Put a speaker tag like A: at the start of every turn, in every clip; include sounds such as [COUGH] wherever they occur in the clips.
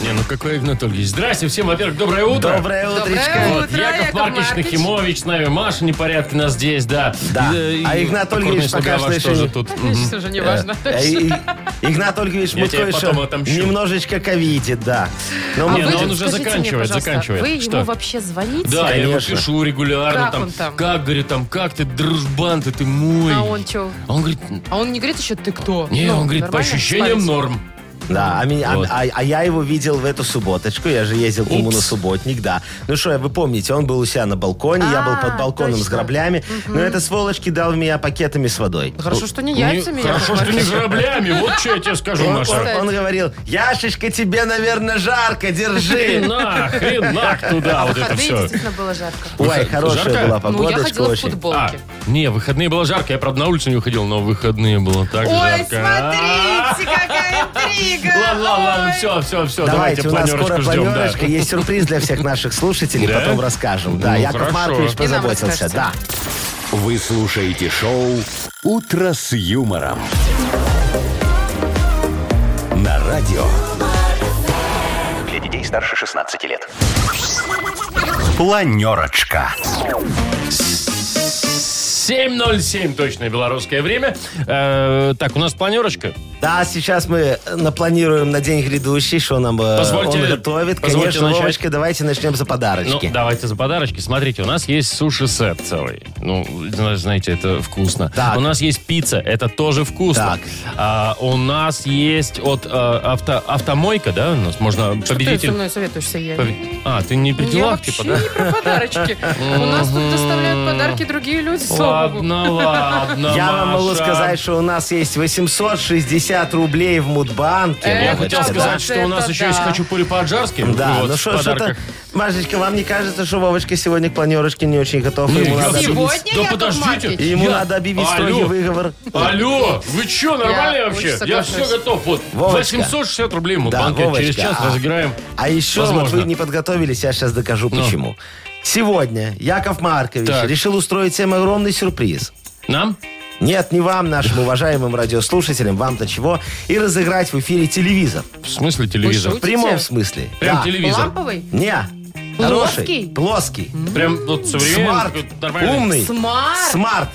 A: Не, ну какой Игнат Ольгиевич? Здрасте всем, во-первых, доброе утро.
B: Доброе утречко.
A: Вот,
C: утро,
A: Яков,
C: Яков
A: Маркович
C: Маркович.
A: Нахимович с нами, Маша Непорядкина здесь, да.
B: Да.
A: Э,
B: А
A: и
B: Игнат
A: Покорный
B: Ольгович
A: слуга
B: пока
A: ваш
B: что
A: тоже
B: еще-
A: тут.
C: Конечно, уже не важно.
B: Э, и- Игнат Ольгович
A: Я тебя
B: Мутко еще
A: потом отомщу.
B: немножечко ковидит, да. Но мы-
A: Не,
C: А вы
A: ну он
C: тут
A: уже
C: скажите мне,
A: заканчивает,
C: пожалуйста,
A: заканчивает.
C: Вы
A: Что?
C: ему вообще звоните?
A: Да, я ему
B: Конечно.
A: пишу регулярно.
C: Как
A: там,
C: он там?
A: Как, говорит, там, как ты, дружбан ты, ты мой.
C: А он что?
A: А он говорит,
C: А он не говорит еще, ты кто?
A: не,
C: Ну,
A: он говорит, по
C: нормально?
A: ощущениям
C: Смотрите.
A: норм.
B: Да, а, меня- а-
A: Вот.
B: а- а я его видел в эту субботочку. Я же ездил к нему
A: Упс.
B: на субботник, да. Ну что, вы помните, он был у себя на балконе, я был
C: А,
B: под балконом с
C: точно.
B: граблями. Но этот сволочь кидал в меня пакетами с водой.
C: Хорошо, что не
A: Ну,
C: яйцами. Яков
A: Хорошо, что не
C: Маркович.
A: граблями, вот что я тебе скажу,
B: Он,
A: Маша.
B: он- он говорил, Яшечка, тебе, наверное, жарко, держи.
A: Хрена, хренак туда,
C: А в
A: вот это
C: выходные
A: все.
C: действительно было жарко.
B: Ой,
A: жарко?
B: хорошая была
C: Ну, я
B: погодочка
C: ходила в
B: очень.
A: А,
C: футболке.
A: не, выходные было жарко. Я, правда, на улицу не уходил, но в выходные было так
C: Ой,
A: А, жарко. А-а-а.
C: смотрите, какая интрига!
A: Ладно, ладно, ладно,
C: Ой.
A: все, все, все, давайте,
B: Ну, Давайте, у нас скоро
A: планерочку ждем, да.
B: планерочка. Есть сюрприз для всех наших слушателей,
A: Да?
B: потом расскажем. Да,
A: Ну,
B: Яков
A: хорошо.
B: Маркович
A: И
C: нам
B: позаботился.
C: расскажете.
B: Да.
D: Вы слушаете шоу «Утро с юмором». На радио. Для детей старше 16 лет. Планерочка.
A: 7.07 точное белорусское время. Э, так, у нас планерочка.
B: Да, сейчас мы напланируем на день грядущий, что нам э,
A: Позвольте-
B: он готовит.
A: позвольте
B: Конечно,
A: начать.
B: Вовочка, давайте начнем за
A: Ну,
B: подарочки.
A: давайте за подарочки. Смотрите, у нас есть суши-сет целый. Ну, зна- знаете, это вкусно.
B: Так.
A: У нас есть пицца, это тоже вкусно.
B: Так.
A: А, у нас есть от э, авто, автомойка, да, у нас можно
C: Что ты со
A: победитель...
C: мной советуешься, я?
A: пове- А, ты не при
C: Я
A: делах,
C: вообще
A: типа, да?
C: не про подарочки. У нас тут доставляют подарки другие люди, слава богу.
A: Ладно, ладно,
B: Я вам могу
A: Маша.
B: сказать, что у нас есть 860 рублей в Мудбанке.
C: Э,
A: Я
C: Это
A: хотел
C: да,
A: сказать, что у нас
C: это
A: еще
C: да.
A: есть хачапури по-аджарски.
B: Да,
A: вот,
B: ну
A: в
B: что, что-то...
A: подарках.
B: Машечка, вам не кажется, что Вовочка сегодня к планерочке не очень готов?
A: Не,
B: Ему
A: я-
B: надо
C: Сегодня,
B: объявить-
A: Да
C: Яков
A: подождите.
C: Маркович?
B: Ему
A: Я-
B: надо объявить
A: Алло.
B: строгий выговор.
A: Алло, вы что, нормально
C: Я очень
A: вообще? Я
C: соглашусь.
A: все готов. Вот
B: Вовочка.
A: 860 рублей мы
B: Да,
A: банке через
B: Вовочка,
A: час
B: а-
A: разыграем.
B: А еще вот
A: Возможно. Ну.
B: вы не подготовились, я сейчас докажу почему. Сегодня Яков Маркович
A: Так.
B: решил устроить всем огромный сюрприз.
A: Нам?
B: Нет, не
A: [LAUGHS]
B: вам, нашим уважаемым радиослушателям, вам-то чего, и разыграть в эфире телевизор.
A: В смысле телевизор?
C: телевизор?
B: В прямом смысле.
A: Прям
B: Да.
A: телевизор.
C: Ламповый?
B: Не. Хороший.
C: Плоский?
B: Плоский.
A: Прям вот современный.
B: Смарт.
A: такой нормальный.
B: Умный.
C: Смарт.
B: Смарт.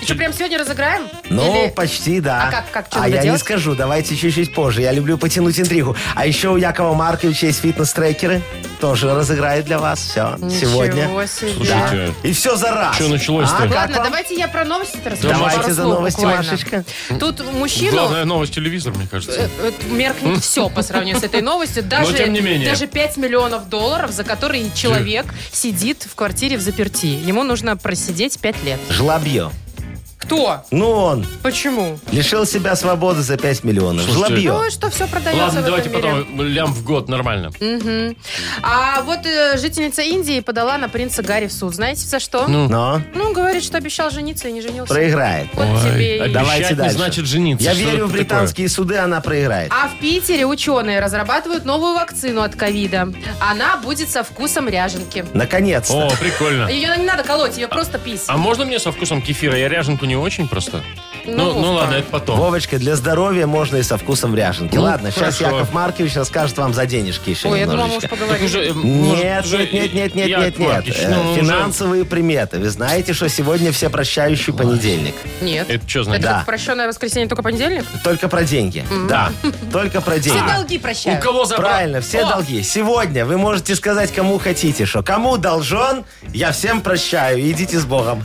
C: И что, прям сегодня разыграем?
B: Ну,
C: Или-
B: почти, да.
C: А как- как, что
B: А
C: надо
B: я не
C: делать?
B: скажу, давайте чуть-чуть позже. Я люблю потянуть интригу. А еще у Якова Марковича есть фитнес-трекеры. Тоже разыграет для вас. Все. Сегодня.
C: Ничего себе.
A: Слушайте,
B: И все за раз.
A: Что началось-то?
B: А, как
C: Ладно,
B: вам?
C: давайте я про новости расскажу.
A: Давайте
C: пару
B: за
C: слов
B: новости,
C: буквально.
B: Машечка.
C: Тут мужчину
A: Главная новость телевизора, мне кажется.
C: э, э, меркнет все по сравнению с этой новостью. Даже,
A: тем не менее.
C: даже 5 миллионов долларов, за которые человек сидит в квартире в заперти. Ему нужно просидеть 5 лет.
B: Жлобье.
C: Кто?
B: Ну он
C: Почему?
B: лишил себя свободы за 5 миллионов.
A: Слушайте,
B: Жлобье.
C: Ну, что все продается
A: Ладно,
C: в
A: давайте
C: этом мире.
A: потом лям в год, нормально.
C: Мгм. А вот э, жительница Индии подала на принца Гарри в суд. Знаете, за что? Ну,
B: Но
C: говорит, что обещал жениться и не женился.
B: проиграет.
C: Вот тебе и-
A: обещать
B: Давайте
A: не
B: дальше.
A: значит жениться.
B: Я
A: Что
B: верю
A: это
B: в
A: такое?
B: британские суды, она проиграет.
C: А в Питере ученые разрабатывают новую вакцину от ковида. Она будет со вкусом ряженки.
B: Наконец-то.
A: О, прикольно.
C: Ее не надо колоть, ее просто пить.
A: А можно мне со вкусом кефира? Я ряженку не очень просто. Ну, ну,
C: Вовка.
A: ладно, это потом.
B: Вовочка, для здоровья можно и со вкусом ряженки.
A: Ну,
B: Ладно, сейчас
A: хорошо.
B: Яков Маркович расскажет вам за денежки еще
C: Ой, я думала, мы уж
B: немножечко.
A: Так [LAUGHS]
C: поговорим.
A: уже, э, может,
B: Нет,
A: уже
B: нет, нет, нет, нет,
A: Яков
B: нет, нет.
A: Маркович,
B: Э,
A: ну, уже-
B: Финансовые приметы. Вы знаете, что сегодня все прощающий понедельник.
C: Нет.
A: Это что значит?
C: Это
B: Да.
C: как прощенное воскресенье, только понедельник?
B: Только про деньги. Да. Только про деньги.
C: Все долги прощают.
A: У кого забрал?
B: Э, Правильно, все
C: О!
B: долги. Сегодня вы можете сказать, кому хотите, что кому должен, я всем прощаю. Идите с Богом.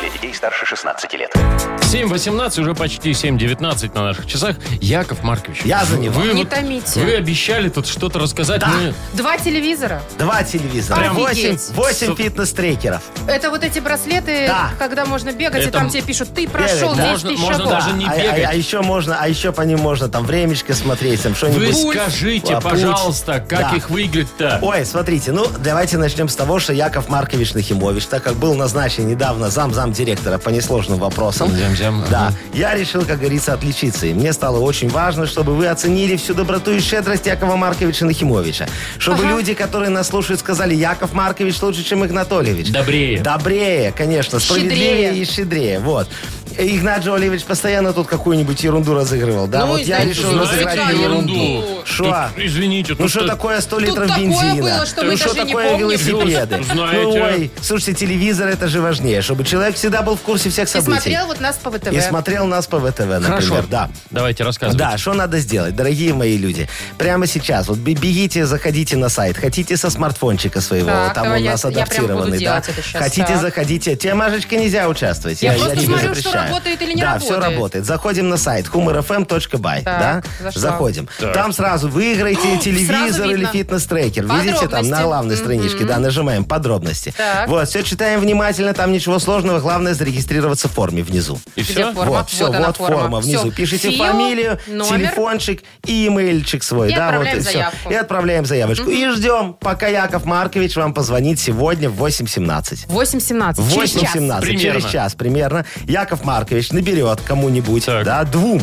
D: Для детей старше 16 лет.
A: 7.18, уже почти 7.19 на наших часах. Яков Маркович.
B: Я за него.
A: Вы,
C: Не
A: вот-
C: томите.
A: Вы обещали тут что-то рассказать. Ну, Мы-
C: Два телевизора.
B: Два телевизора.
C: Прям.
B: Восемь,
C: Офигеть.
B: восемь
A: Су-
B: фитнес-трекеров.
C: Это вот эти браслеты,
B: Да.
C: когда можно бегать, и
A: Это
C: там
A: м-
C: тебе пишут, ты прошел
B: да.
C: 10
A: Можно-
C: тысяч
A: можно
C: шагов.
A: даже не
B: а, а-
A: бегать.
B: а еще можно, а еще по ним можно там времечко смотреть, там
A: Вы
B: что-нибудь.
A: скажите,
B: А, путь.
A: пожалуйста, как
B: Да.
A: их выиграть-то?
B: Ой, смотрите, ну давайте начнем с того, что Яков Маркович Нахимович, так как был назначен недавно зам-зам директора по несложным вопросам,
A: Зям-зям,
B: да,
A: ага.
B: я решил, как говорится, отличиться. И мне стало очень важно, чтобы вы оценили всю доброту и щедрость Якова Марковича Нахимовича. Чтобы люди, которые нас слушают, сказали, Яков Маркович лучше, чем Игнатольевич.
A: Добрее.
B: Добрее, конечно, справедливее
C: Щедрее.
B: и щедрее. Вот. Игнат Олевич постоянно тут какую-нибудь ерунду разыгрывал. Да,
C: Ну,
B: вот я
C: знаете,
B: решил
C: знаете,
B: разыграть
C: какая
B: ерунду.
C: ерунду.
B: Шо?
A: Тут, извините,
B: Ну
A: тут
B: что
A: так-
B: такое 100 литров
C: такое
B: бензина?
C: было, что мы
B: ну что
C: даже не
B: такое
C: помним.
B: велосипеды?
A: Знаете.
B: Ну ой, слушайте, телевизор это же важнее, чтобы человек всегда был в курсе всех
C: И
B: событий.
C: смотрел вот нас по ВТВ.
B: И смотрел нас по ВТВ, например.
A: Хорошо.
B: Да.
A: Давайте рассказывайте.
B: Да, что надо сделать, дорогие мои люди? Прямо сейчас, вот бе- бегите, заходите на сайт, хотите со смартфончика своего,
C: Так,
B: вот там
C: давай,
B: он у
C: я-
B: нас
C: я прям буду
B: адаптированный, да?
C: делать это щас,
B: хотите,
C: так.
B: заходите. Тебе, Машечка, нельзя участвовать.
C: Я просто
B: тебе
C: смотрю, что
B: запрещаю.
C: работает или не
B: да,
C: работает.
B: все работает. Заходим на сайт humorfm.by, да?
C: Так, зашла.
B: Заходим.
A: Так.
B: Там сразу выиграйте телевизор или
C: видно.
B: фитнес-трекер. Видите, там
C: Подробности.
B: на главной страничке, да, нажимаем подробности.
C: Так.
B: Вот, все читаем внимательно, там ничего сложного, главное зарегистрироваться в форме внизу.
A: И
C: Где
A: все?
C: фото? Форма.
B: Вот, все,
C: Вот
B: вот,
C: она,
B: форма.
C: форма.
B: внизу.
C: Всё.
B: Пишите
C: Фил,
B: фамилию,
C: номер.
B: телефончик и имейльчик свой.
C: И
B: да, вот,
C: отправляем
B: всё.
C: заявку.
B: И отправляем заявочку. И ждем, пока Яков Маркович вам позвонит сегодня в 8.17.
C: 8.17.
B: В
C: Через час.
B: 8.17,
A: Примерно.
B: через час примерно, Яков Маркович наберет кому-нибудь,
A: Так.
B: да, двум.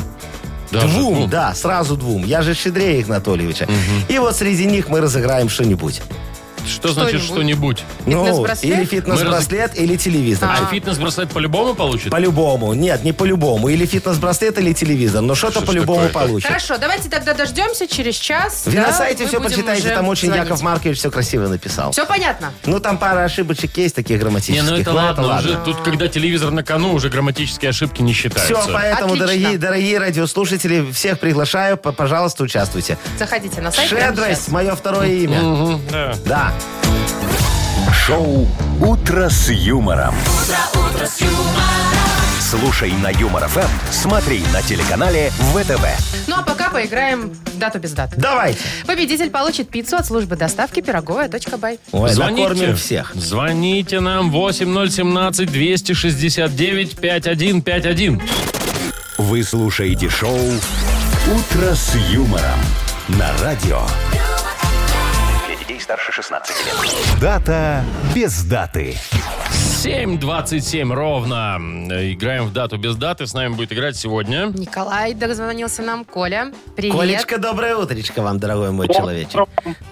A: Даже
B: двум,
A: двум?
B: да, сразу двум. Я же щедрее Игнатольевича. И вот среди них мы разыграем что-нибудь.
A: Что значит
C: Что-нибудь.
A: что-нибудь?
B: Ну,
C: Фитнес-браслет?
B: или
A: Мы разы-
B: фитнес-браслет, или телевизор.
A: А фитнес-браслет по-любому получит?
B: По-любому. Нет, не по-любому. Или фитнес-браслет, или телевизор. Но что-то
A: ж
B: по-любому
A: такое-то?
B: получится.
C: Хорошо, давайте тогда дождемся через час.
B: Вы
C: да,
B: на сайте
C: мы
B: все
C: будем
B: почитайте,
C: уже
B: там очень
C: звонить.
B: Яков Маркович все красиво написал.
C: Все понятно.
B: Ну, там пара ошибочек есть таких
A: Не,
B: грамматических.
A: ну это
B: но
A: ладно, уже тут, когда телевизор на кону, уже грамматические ошибки не считаются.
B: Все, поэтому,
C: Отлично.
B: дорогие, дорогие радиослушатели, всех приглашаю, п- пожалуйста, участвуйте.
C: Заходите на сайт. прямо
B: Шедрость,
C: сейчас.
B: мое второе имя.
A: Мгм, да.
B: Да.
D: Шоу «Утро с юмором». Слушай на Юмор ФМ, смотри на телеканале ВТВ.
C: Ну а пока поиграем в дату без даты.
B: Давайте.
C: Победитель получит пиццу от службы доставки пироговая.бай.
B: Ой,
A: Звоните.
B: накормим всех.
A: Звоните нам 8017-269-5151.
D: Вы слушаете шоу «Утро с юмором» на радио. Для детей старше 16 лет. Дата без даты.
A: 7.27 ровно. Э, Играем в дату без даты. С нами будет играть сегодня.
C: Николай дозвонился нам. Коля, привет.
B: Колечка, доброе утречко вам, дорогой мой человечек.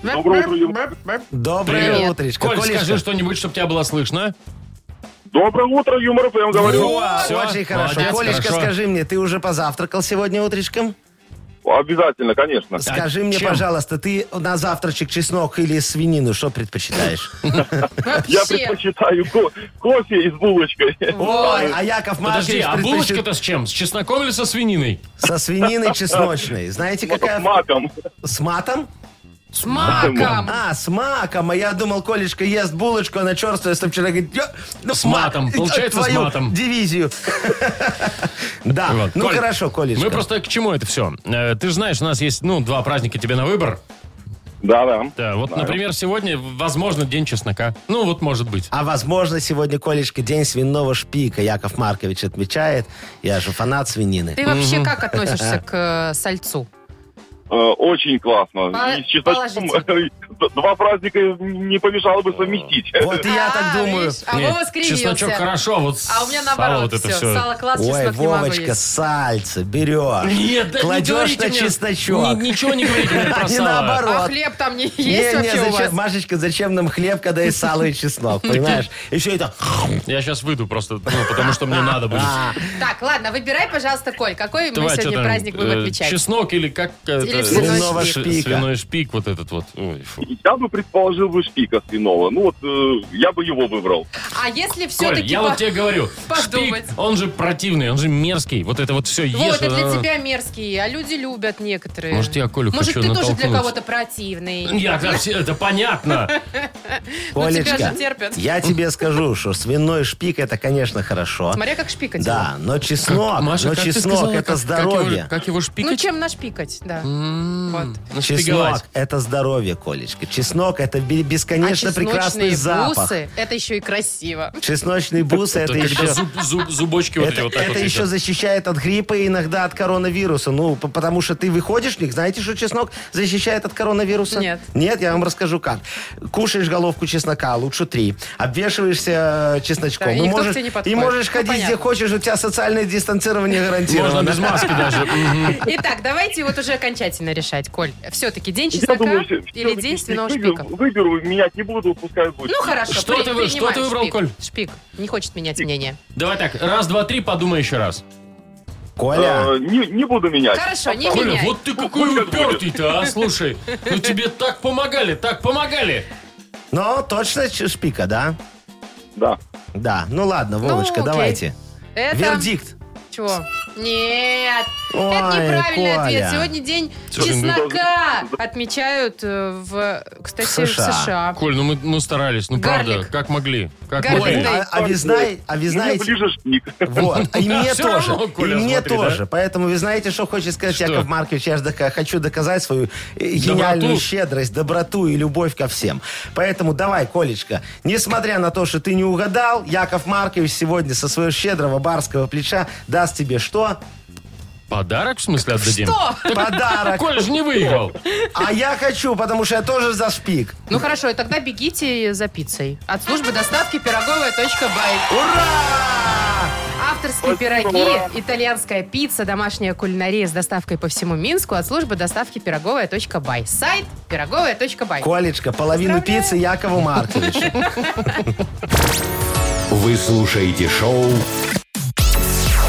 E: Доброе утро, Юмор.
B: Доброе
A: Привет.
B: утречко.
A: Коль,
B: Колечка.
A: скажи что-нибудь, чтобы тебя было слышно.
E: Доброе утро, Юмор ФМ, говорю.
A: Во, всё,
B: Очень хорошо.
A: молодец,
B: Колечка,
A: хорошо.
B: скажи мне, ты уже позавтракал сегодня утречком?
E: Обязательно, конечно.
B: Скажи
A: А
B: мне,
A: чем?
B: пожалуйста, ты на завтрачек чеснок или свинину, что предпочитаешь?
A: [LAUGHS]
C: Вообще.
E: Я предпочитаю ко- кофе и с булочкой.
B: Ой, а Яков
A: Подожди,
B: Маркович
A: а
B: предпочит
A: булочка-то с чем? С чесноком или со свининой?
B: со свининой чесночной. Знаете,
E: С
B: какая...
E: маком.
B: С матом?
C: С маком.
B: А, с маком. А я думал, Колечка ест булочку, она черствая, если вчера говорит... «Я- ну,
A: С
B: мак, [LAUGHS]
A: матом.
B: я
A: Получается, с
B: твою
A: матом.
B: дивизию. [LAUGHS] Да,
A: Вот,
B: ну
A: Коль,
B: хорошо,
A: Мы
B: Колечка.
A: просто к чему это все? Ты же знаешь, у нас есть, ну, два праздника тебе на выбор.
E: Да, да.
A: Да, вот, например, сегодня, возможно, день чеснока. Ну, вот может быть.
B: А возможно, сегодня, Колечка, день свиного шпика. Яков Маркович отмечает. Я же фанат свинины.
C: Ты вообще как относишься к э, сальцу?
E: Э, Очень классно.
C: Пол-
E: И с чесночком [LAUGHS] два праздника не помешало бы совместить.
B: Вот и я так
C: А,
B: думаю.
C: видишь, А
A: Нет,
C: Вова скривился.
A: Чесночок хорошо, вот
C: А у меня
A: сало
C: наоборот
A: вот это
C: все.
A: всё.
C: Сало класс,
B: Ой,
C: чеснок не могу
B: Вовочка,
C: есть.
B: сальце берешь.
A: Нет, да не
B: кладешь
A: говорите
B: на
A: мне.
B: чесночок.
A: Ни- ничего не
B: [LAUGHS]
A: говорите мне про
B: Не
A: сало.
B: наоборот.
C: А хлеб там не есть
B: Не, не,
C: вообще у вас?
B: зачем, Машечка, зачем нам хлеб, когда есть сало и чеснок, понимаешь? Еще это...
C: [LAUGHS] Ну,
A: Я сейчас выйду просто, ну, потому что мне надо будет.
B: А,
C: Так, ладно, выбирай, пожалуйста, Коль, какой мы
A: Давай,
C: сегодня
A: чё там,
C: праздник будем
A: э,
C: отмечать?
A: Чеснок или как... э,
C: Или
A: это,
C: свиной
A: ш-
B: шпик.
A: Свиной шпик вот этот вот. Ой, фу.
E: я бы предположил бы шпика свиного. Ну вот, э, я бы его выбрал.
C: А если
A: Коль,
C: все-таки...
A: я вот тебе говорю,
C: подумать.
A: шпик, он же противный, он же мерзкий. Вот это вот все
C: Вот,
A: ешь.
C: это для
A: а.
C: тебя мерзкие, а люди любят некоторые.
A: Может, я Колю
C: Может,
A: хочу
C: ты тоже для
A: натолкнуть.
C: кого-то противный.
A: Я, да, все- это понятно.
C: Но
B: Колечка,
C: тебя же терпят.
B: я тебе скажу, что свиной шпик это, конечно, хорошо.
C: Смотря как шпикать. его.
B: Да, но чеснок,
A: Маша,
B: но
A: как ты
B: чеснок
A: сказала,
B: это
A: как- как его-
B: здоровье.
A: Как его шпикать?
C: Ну, чем нашпикать, да. Вот. А
A: Нашпиговать.
B: Чеснок это здоровье, Колечка. Чеснок это бе- бесконечно
C: а
B: прекрасный
C: чесночные
B: запах.
C: бусы, это еще и красиво.
B: Чесночные бусы это
A: Это когда
B: еще.
A: зуб- зуб- зубочки вот эти
B: Это,
A: вот так
B: это
A: вот
B: еще
A: идут.
B: защищает от гриппа и иногда от коронавируса. Ну, п- потому что ты выходишь, них, знаете, что чеснок защищает от коронавируса?
C: Нет.
B: Нет, я вам расскажу как. Кушаешь головку чеснока, лучше три. Обвешиваешься э, чесночком.
C: Да, и
B: и,
C: никто к
B: можешь,
C: тебе не
B: и
C: подходит.
B: можешь
C: Ну,
B: ходить где
C: понятно.
B: хочешь, у тебя социальное дистанцирование гарантировано.
A: Можно без маски даже. Мгм.
C: Итак, давайте вот уже окончательно решать, Коль. Все-таки день чеснока
E: все-
C: или
E: все-таки
C: день свиного
E: выберу-
C: шпика?
E: Выберу, менять не буду, пускай будет.
C: Ну хорошо,
A: Что
C: при-
A: ты вы- что ты
C: принимаю
A: выбрал,
C: шпик.
A: Коль?
C: Шпик. Не хочет менять мнение.
A: Давай так, раз, два, три, подумай еще раз.
B: Коля,
E: Э, не, не буду менять.
C: Хорошо, не
A: Коля,
C: меняй.
A: вот ты какой упертый-то, а, слушай. Ну тебе так помогали, так помогали.
B: но точно ч- шпика, да?
E: Да.
B: Да. Ну ладно, Вовочка,
C: окей.
B: давайте.
C: Это...
B: Вердикт.
C: Чего? Нет,
B: Ой,
C: это неправильный
B: Коля.
C: ответ. Сегодня день
A: Слушай, ну-
C: чеснока отмечают э, в, кстати, в
B: США.
C: США.
A: Коль, ну мы ну, старались, ну правда,
C: Гарлик.
A: как могли. Как
C: Гарлик.
A: могли.
B: Ой, а, а вы знай- а вы
E: Мне
B: знаете,
E: ближе шпик.
B: [LAUGHS] Вот, А и мне
A: всё
B: тоже.
A: равно,
B: и
A: Коля,
B: мне
A: смотри,
B: тоже.
A: да?
B: Поэтому вы знаете, что хочет сказать
A: Что?
B: Яков Маркович? Я же дока- хочу доказать свою э, гениальную
A: Доброту?
B: щедрость, доброту и любовь ко всем. Поэтому давай, Колечка, несмотря на то, что ты не угадал, Яков Маркович сегодня со своего щедрого барского плеча даст тебе что?
A: Подарок, в смысле, отдадим? [LAUGHS]
C: Что?
B: Подарок.
A: Коль же не выиграл.
B: А я хочу, потому что я тоже за шпик.
C: Ну хорошо, и тогда бегите за пиццей. От службы доставки пироговая.бай.
B: Ура!
C: Авторские пироги, итальянская пицца, домашняя кулинария с доставкой по всему Минску от службы доставки пироговая.бай. Сайт пироговая.бай.
B: Колечка, половину
C: Поздравляю.
B: пиццы Якову
A: [LAUGHS]
B: Марковичу.
D: Вы слушаете шоу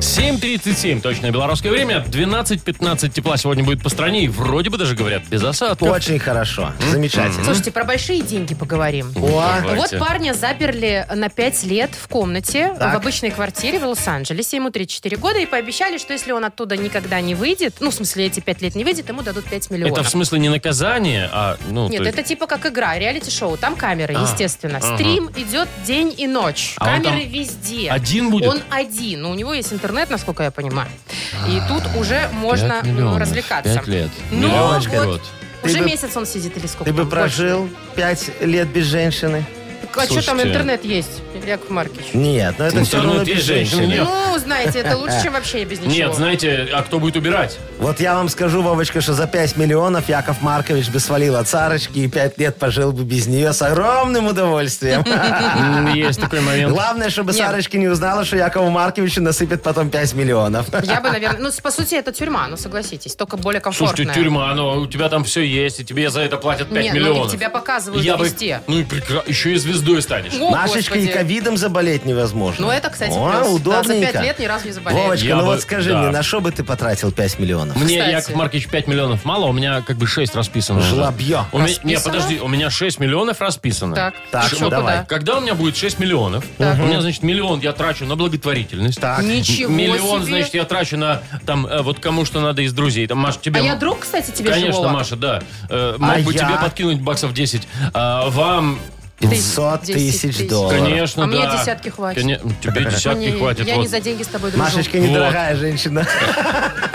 A: 7.37, точное белорусское время. 12.15 тепла сегодня будет по стране. И вроде бы даже говорят, без осадков.
B: Очень хорошо, замечательно.
C: Слушайте, про большие деньги поговорим.
B: О, а?
A: Давайте.
C: Вот парня заперли на 5 лет в комнате
B: Так.
C: в обычной квартире в Лос-Анджелесе. Ему 34 года и пообещали, что если он оттуда никогда не выйдет, ну, в смысле, эти 5 лет не выйдет, ему дадут 5 миллионов.
A: Это в смысле не наказание, а... Ну,
C: Нет,
A: то есть-
C: это типа как игра, реалити-шоу. Там камеры,
A: А,
C: естественно.
A: ага.
C: Стрим идет день и ночь.
A: А он
C: камеры
A: там
C: везде.
A: один будет? А,
C: Он один. Но у него есть интернет, насколько я понимаю. И тут уже можно
A: Пять
C: ну,
A: миллионов,
C: развлекаться.
A: пять лет.
C: Ну,
A: Миллион в
C: вот.
A: год.
C: Уже
B: Ты бы-
C: месяц он сидит или сколько?
B: Ты бы
C: там, больше.
B: прожил пять лет без женщины?
C: А что там
A: Слушайте.
C: интернет есть, Яков Маркич?
B: Нет, но это все
A: Интернет
B: равно
A: есть,
B: без
A: женщин
B: женщины.
A: нет.
C: Ну, знаете, это лучше, чем вообще без ничего.
A: Нет, знаете, а кто будет убирать?
B: Вот я вам скажу, Вовочка, что за 5 миллионов Яков Маркович бы свалил от Сарочки и 5 лет пожил бы без нее с огромным
C: [LAUGHS]
B: удовольствием.
C: А.
A: М, Есть такой момент.
B: Главное, чтобы
C: Нет.
B: Сарочка не узнала, что Якову Марковичу насыпят потом 5 миллионов.
C: Я бы, наверное... Ну, с- по сути, это тюрьма, ну, согласитесь. Только более комфортная.
A: Слушайте, тюрьма, но у тебя там все есть, и тебе за это платят 5
C: Не, ну,
A: миллионов.
C: тебя показывают
A: Я бы-
C: везде.
A: Ну и прекрасно, еще и звездой станешь.
C: О,
B: Машечка и
C: Господи.
B: ковидом заболеть невозможно.
C: Ну, это, кстати,
B: О,
C: плюс. Да, за
B: удобненько.
C: пять лет ни разу не заболею.
B: Вовочка,
A: Я
B: ну
A: бы-
B: вот скажи
A: да.
B: мне, на что бы ты потратил 5 миллионов?
A: Мне,
C: Кстати.
A: Яков Маркович, 5 миллионов мало, у меня как бы 6 расписано. уже.
B: Жлобье.
A: У меня, не,
C: Расписано?
A: подожди, у меня 6 миллионов расписано.
C: Так,
B: Так,
C: а
A: Ш-
C: чё,
A: вот
B: давай.
C: куда?
A: Когда у меня будет 6 миллионов, у меня, значит, миллион я трачу на благотворительность.
B: Так.
C: Ничего
A: Миллион,
C: себе.
A: значит, я трачу на там э, вот кому что надо из друзей. Там, Маш, тебе.
C: А я друг, кстати, тебе
A: Конечно,
C: живого.
A: Маша, да. Э, мог
B: А
A: бы
B: я?
A: тебе подкинуть баксов 10. А вам,
B: 500
C: 10
B: тысяч долларов.
A: конечно,
C: А
A: да.
C: мне десятки хватит.
A: Коне- Тебе десятки
C: Не,
A: хватит.
C: Я
A: вот.
C: не за деньги с тобой дружу.
B: Машечка
A: Вот.
B: недорогая женщина.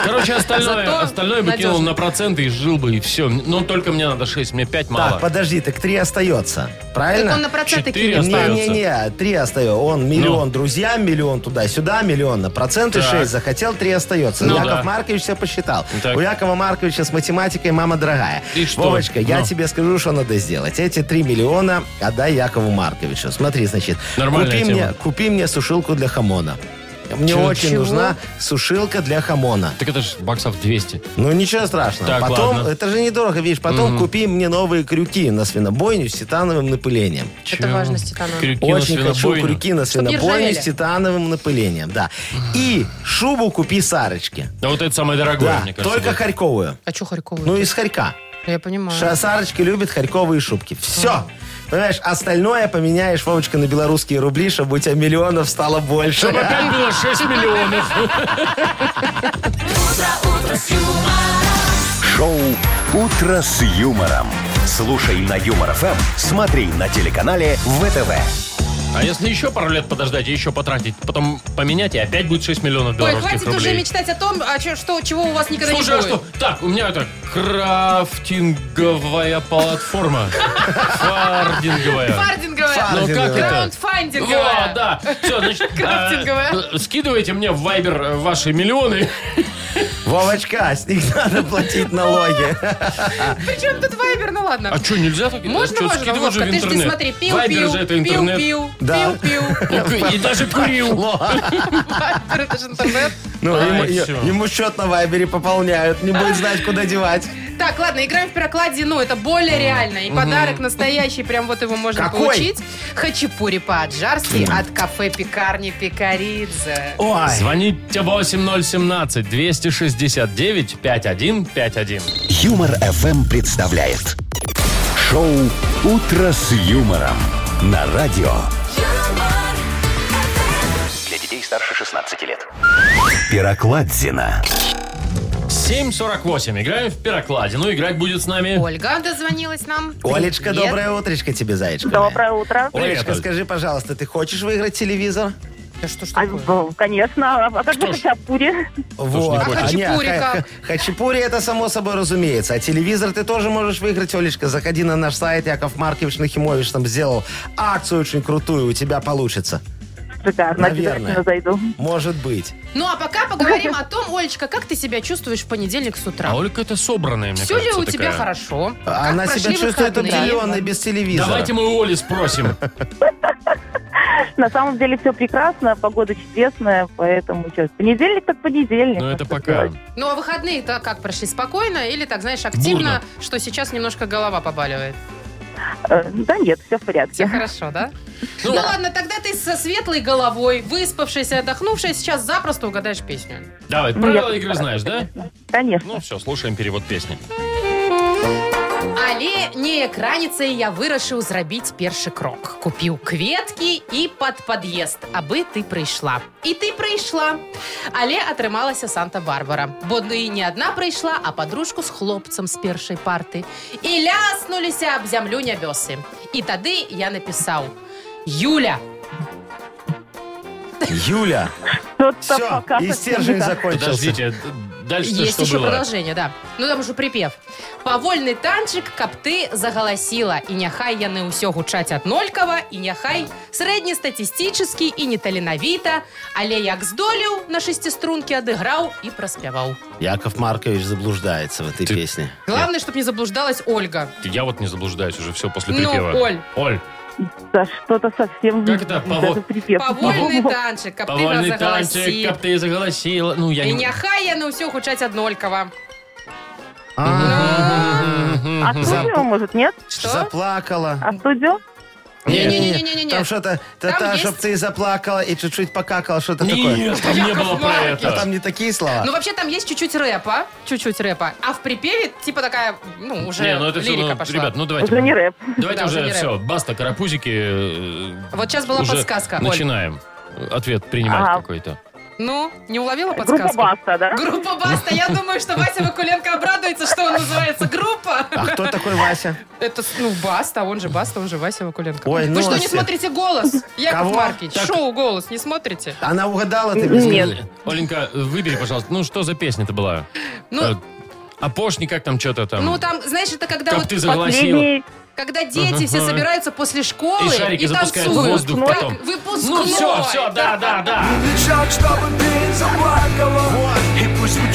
A: Короче, остальное,
C: Зато
A: остальное бы кинул
C: надежно.
A: на проценты и жил бы, и все. Но только мне надо 6, мне 5 мало.
B: Так, подожди, так 3 остается. Правильно?
C: Так он на проценты
A: Четыре
C: кинет.
A: осталось. остается. Ну.
B: Не-не-не, три остается. Он миллион друзьям, миллион туда-сюда, миллион на проценты
A: Так.
B: 6 захотел, три остается.
A: Ну
B: Яков
A: да.
B: Маркович все посчитал.
A: Так.
B: У Якова Марковича с математикой мама дорогая.
A: И что?
B: Вовочка, я
A: Ну.
B: тебе скажу, что надо сделать. Эти три миллиона отдай Якову Марковичу. Смотри, значит,
A: Нормальная
B: купи
A: тема.
B: мне, купи мне сушилку для хамона. человека. Мне
A: Чего?
B: очень
C: Чего?
B: нужна сушилка для хамона.
A: Так это же баксов 200.
B: Ну ничего страшного.
A: Так,
B: потом,
A: ладно.
B: это же недорого, видишь, потом купи мне новые крюки на свинобойню с титановым напылением.
A: Чё?
C: Это важно, Степан.
A: Крюки на
B: Очень хочу
A: свинобойню.
B: крюки на
C: Чтоб не
B: свинобойню
C: ржавели.
B: с титановым напылением, да. И шубу купи Сарочки.
A: Да вот это самое дорогое,
B: Да,
A: мне кажется.
B: только
A: будет.
B: харьковую.
C: А что Харьковую?
B: Ну, из Харька.
C: Я понимаю.
B: Ша- Сарочка любит харьковые шубки. Все. Понимаешь, остальное поменяешь, Вовочка, на белорусские рубли, чтобы у тебя миллионов стало больше.
A: [LAUGHS] Чтобы опять было 6 миллионов.
D: Шоу «Утро с юмором». Слушай на Юмор ФМ, смотри на телеканале ВТВ.
A: А если еще пару лет подождать и еще потратить, потом поменять, и опять будет 6 миллионов
C: Ой,
A: белорусских
C: хватит уже
A: рублей.
C: мечтать о том, а чё- что, чего у вас никогда
A: Слушай, а
C: не будет.
A: что? Так, у меня это крафтинговая
C: [LAUGHS]
A: платформа. Фардинговая.
C: Фардинговая.
A: Ну как это?
C: Краундфандинговая.
A: Вот, да. Все,
C: [LAUGHS]
A: значит, а,
C: Крафтинговая.
A: э, скидывайте мне в Вайбер э, ваши миллионы.
B: Вовочка, с них надо платить налоги.
C: Причем тут вайбер, ну ладно.
A: А что, нельзя так?
C: Можно,
A: Чё,
C: можно,
A: скидывай же в
C: Вовка, ты же ты
A: интернет.
C: смотри, пил,
A: Вайбер
C: пил,
A: же это
C: пил,
A: интернет. Ну,
C: пил,
B: Да.
C: пил, пил.
A: И даже [LAUGHS] курил.
C: Вайбер, это же интернет.
B: Ну,
A: А,
B: ему-
A: и всё.
B: ему счет на Вайбере пополняют, не будет знать, куда девать.
C: Так, ладно, играем в пирокладину, это более реально. И подарок настоящий, прям вот его можно
B: Какой?
C: получить. Хачапури по-аджарски от кафе-пекарни Пекаридзе.
B: Ой.
A: Звоните 8017 269 5151.
D: Юмор ФМ представляет. Шоу «Утро с юмором» на радио.
F: юмор,
G: Для детей старше 16 лет.
D: Пирокладзина.
A: 748. Играем в пирокладину. Играть будет с нами.
C: Ольга дозвонилась нам.
B: [LAUGHS] Олечка,
C: Привет.
B: доброе утречко тебе, зайчка. моя.
H: Доброе утро.
A: Привет,
B: Олечка,
A: Оль.
B: скажи, пожалуйста, ты хочешь выиграть телевизор?
C: Да что ж
H: А,
C: такое?
H: ну, конечно. А как же
A: ж.
H: хачапури?
A: не хочешь?
B: А, не,
C: Хачапури
B: ха-
C: как?
B: ха- Хачапури это само собой разумеется. А телевизор ты тоже можешь выиграть, Олечка. Заходи на наш сайт, Яков Маркович Нахимович там сделал акцию очень крутую, у тебя получится.
H: Шикарно.
B: Наверное.
H: Обязательно зайду.
B: Может быть.
C: Ну а пока поговорим о том, Олечка, как ты себя чувствуешь в понедельник с утра?
A: А Ольга-то собранная, мне
C: Все ли
A: кажется,
C: у тебя
A: такая.
C: хорошо? Как
B: А Она себя
C: прошли
B: чувствует
C: выходные?
B: определенно без телевизора.
A: Давайте мы у Оли [LAUGHS] спросим.
H: На самом деле все прекрасно, погода чудесная, поэтому сейчас понедельник так понедельник.
A: Но
H: а
A: Ну, это
H: что
A: пока.
H: делать?
C: Ну а выходные-то как прошли? Спокойно или так, знаешь, активно, что сейчас немножко голова побаливает?
H: Э, Да нет, все в
C: Все
H: порядке.
C: хорошо, да?
A: Ну,
C: Ну ладно, тогда ты со светлой головой, выспавшаяся, отдохнувшая, сейчас запросто угадаешь песню.
A: Давай,
H: Ну,
A: правила
H: я-
A: игры знаешь, да?
H: Конечно.
A: Ну все, слушаем перевод песни.
C: Але не краніцай я вырашыў зрабіць першы крок. Купіў кветкі і пад пад'езд, абы ты прыйшла. І ты прыйшла. Але атрымалася Санта-Барбара. Бо ты не адна прыйшла, а подружку з хлопцам з першай парты. І ляснуліся аб зямлю нябёсы. І тады я напісаў: Юля,
B: Юля,
H: Что-то
B: все,
H: пока
B: и
H: совсем не
B: стержень
H: так.
B: закончился.
A: Подождите, дальше
C: Есть
A: что
C: еще
A: было?
C: продолжение, да. Ну там уже припев. Павольны танчык, каб ты загаласіла, і няхай яны ўсё гучаць аднолькава, і няхай сярэднестатыстычны і неталенавіта, але як здолеў на шестиструнке адыграў і праспяваў.
B: Яков Маркович заблуждается в этой
A: Ты-
B: песне.
C: Главное, чтобы не заблуждалась Ольга.
A: Я вот не заблуждаюсь уже все после
C: Ну,
A: припева.
C: Оль.
A: Оль,
H: Да что-то совсем...
A: Как это? Пово-
H: даже припев.
C: Павольны танчык, каб ты
A: повольный танчик,
C: загаласіла.
A: как ты заголосила. Ну, я
C: І
A: не...
C: няхай яны ўсё гучаць аднолькава.
B: А,
H: А студио, может, нет?
C: Что?
B: Заплакала.
H: А студио?
C: Не-не-не-не-не.
B: Там что-то,
C: Там
B: та-та,
C: есть-
B: чтоб ты заплакала и чуть-чуть покакала, что-то такое.
A: Нет, там не
C: Яков
A: было про
C: Маркович.
A: это.
B: А там не такие слова.
C: Ну, вообще, там есть чуть-чуть рэпа, чуть-чуть рэпа, а в припеве, типа, такая, ну, уже
A: Не, ну это все,
C: лирика
A: ну,
C: пошла.
A: ребят, ну давайте.
H: Уже не рэп.
A: Давайте
C: Да,
A: уже,
C: уже не
A: все, баста, карапузики. э,
C: Вот щас была
A: уже
C: подсказка, Оль.
A: Начинаем. Ответ принимать
H: Ага.
A: какой-то.
C: Ну, не уловила
H: Группа
C: подсказку?
H: Баста, да?
C: Группа Баста. Я думаю, что Вася Вакуленко обрадуется, что он называется группа.
B: А кто такой Вася?
C: Это, ну, Баста, он же Баста, он же Вася Вакуленко.
B: Ой,
C: Вы
B: ну,
C: что, не
B: Вася.
C: смотрите «Голос»? Яков
B: Кого?
C: Маркич,
B: Так-
C: шоу «Голос» не смотрите?
B: Она угадала, ты без
H: Нет.
A: Оленька, выбери, пожалуйста, ну что за песня-то была?
C: Ну,
A: Апошник, как там что-то там?
C: ну, там, знаешь, это когда
A: Э, как
C: вот...
A: ты заголосила.
H: Последний...
C: Когда дети все
A: Ага.
C: собираются после школы
A: И шарики
C: и
A: запускают в
C: танцуют.
A: воздух
C: Как
A: потом.
C: выпускной.
A: Ну все, все, да, да, да.
I: кричат, чтобы ты заплакала И пусть у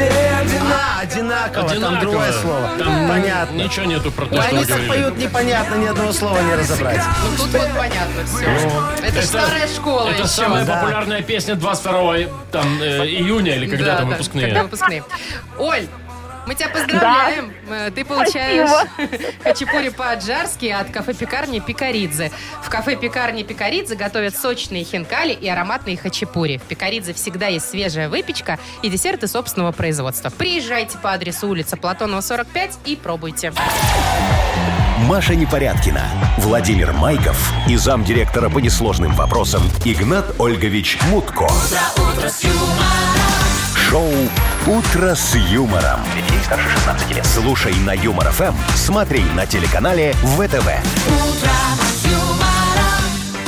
B: А, одинаково, там
A: Одинаково.
B: другое слово.
A: Там
B: Понятно.
A: Ничего нету про то, что
B: Они
A: вы
B: так
A: говорили.
B: поют непонятно, ни одного слова не разобрать.
C: Ну, тут вот понятно все. это, ж старая школа
A: Это
C: еще.
A: самая
B: Да.
A: популярная песня 22 там, э, июня или когда
C: Да,
A: там
C: да,
A: выпускные.
C: Когда выпускные. Оль, мы тебя поздравляем. Э, Ты получаешь [LAUGHS] хачапури по-аджарски от кафе-пекарни Пикаридзе. В кафе-пекарне Пикаридзе готовят сочные хинкали и ароматные хачапури. В Пикаридзе всегда есть свежая выпечка и десерты собственного производства. Приезжайте по адресу улица Платонова, 45 и пробуйте.
D: Маша Непорядкина, Владимир Майков и замдиректора по несложным вопросам Игнат Ольгович Мутко. Шоу Утро с юмором. Детей старше 16 лет. Слушай на юмор ФМ, смотри на телеканале ВТВ.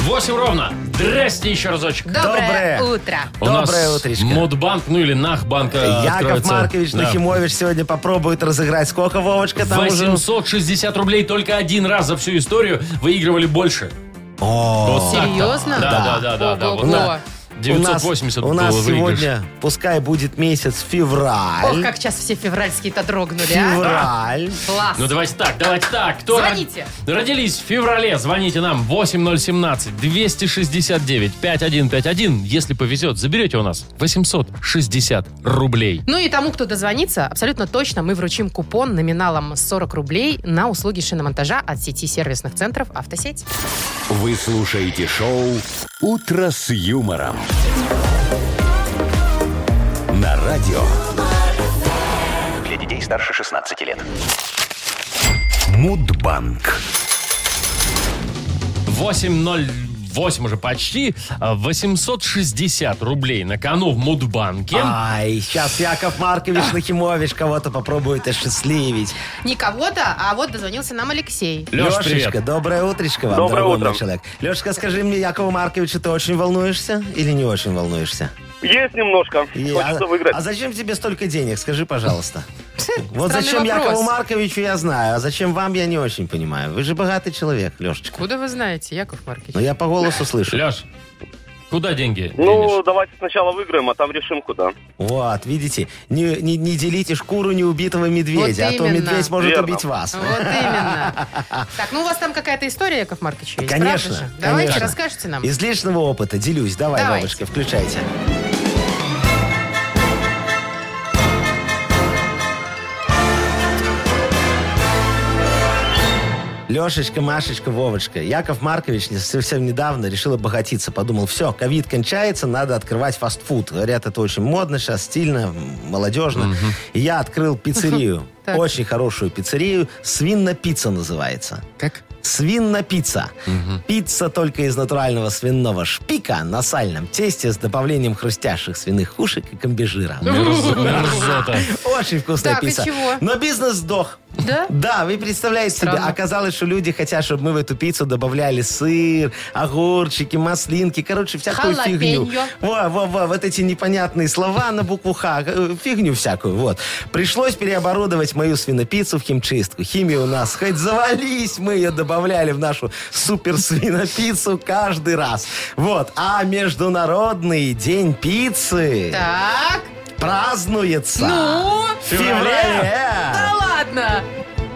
A: 8 ровно. Здрасте еще разочек.
C: Доброе,
B: Доброе.
C: утро.
A: У нас
B: Доброе утречко.
A: Модбанк, ну или Нахбанк э,
B: Яков
A: откроется.
B: Маркович
A: Да.
B: Нахимович сегодня попробует разыграть. Сколько, Вовочка, там уже?
A: 860 рублей только один раз за всю историю выигрывали больше. Вот так-то.
C: Серьезно?
A: Да, да, да, да. да.
C: Ого.
A: Вот так.
B: У нас-
A: 980
B: У нас
A: было выигрыш.
B: сегодня, пускай будет месяц февраль.
C: Ох, как сейчас все февральские-то дрогнули, а?
B: Февраль.
C: Класс.
A: Ну давайте так, давайте так. Кто
C: Звоните.
A: род- Родились в феврале, звоните нам 8017-269-5151. Если повезет, заберете у нас 860 рублей.
C: Ну и тому, кто дозвонится, абсолютно точно мы вручим купон номиналом 40 рублей на услуги шиномонтажа от сети сервисных центров «Автосеть».
D: Вы слушаете шоу Утро с юмором. На радио
G: Для детей старше 16 лет.
D: Мудбанк.
A: 808 уже почти. а, 860 рублей на кону в Мудбанке.
B: Ай, сейчас Яков Маркович Нахимович кого-то попробует осчастливить.
C: Не кого-то, а вот дозвонился нам Алексей.
A: Леш,
B: Лешечка,
A: привет.
B: доброе утречко вам,
E: Доброе
B: дорогой мой
E: утро.
B: человек. Лешечка, скажи мне, Якову Марковичу, ты очень волнуешься или не очень волнуешься?
E: Есть немножко.
B: И-
E: Хочется
B: а,
E: выиграть.
B: а зачем тебе столько денег, скажи, пожалуйста? Вот
C: [LAUGHS] Странный
B: зачем
C: вопрос.
B: Якову Марковичу я знаю, а зачем вам я не очень понимаю. Вы же богатый человек, Лешечка.
C: Куда вы знаете, Яков
B: Но
C: Маркович?
B: я по голосу слышу.
A: Леш, куда деньги
E: ну,
A: денешь?
E: давайте сначала выиграем, а там решим куда.
B: Вот, видите, не, не- не делите шкуру неубитого медведя, а то
C: именно.
B: медведь может
E: Верно.
B: убить вас.
C: Вот именно. Так, ну у вас там какая-то история, Яков Маркович, есть,
B: Конечно,
C: правда же? Давайте,
B: конечно.
C: расскажете нам.
B: Из личного опыта делюсь. Давай,
C: Давайте.
B: Вовочка, включайте. Лешечка, Машечка, Вовочка. Яков Маркович не- совсем недавно решил обогатиться. Подумал, все, ковид кончается, надо открывать фастфуд. Говорят, это очень модно сейчас, стильно, м, молодежно. И я открыл пиццерию.
C: [LAUGHS] Так.
B: Очень хорошую пиццерию. Свинно-пицца называется.
A: Как?
B: Свинно-пицца. Пицца только из натурального свиного шпика на сальном тесте с добавлением хрустящих свиных ушек и комбижира.
A: Мерзота.
B: [LAUGHS] Очень вкусная
C: Так, и
B: пицца.
C: чего?
B: Но бизнес сдох.
C: Да?
B: Да, вы представляете себе,
C: Странно.
B: оказалось, что люди хотят, чтобы мы в эту пиццу добавляли сыр, огурчики, маслинки, короче, всякую
C: Халапеньо.
B: фигню. Во, во, во, вот эти непонятные слова на букву Х, э, фигню всякую, вот. Пришлось переоборудовать мою свинопиццу в химчистку. Химия у нас хоть завались, мы ее добавляли в нашу супер свинопиццу каждый раз. Вот, а Международный день пиццы
C: Так,
B: празднуется
C: ну,
B: в феврале
C: да ладно.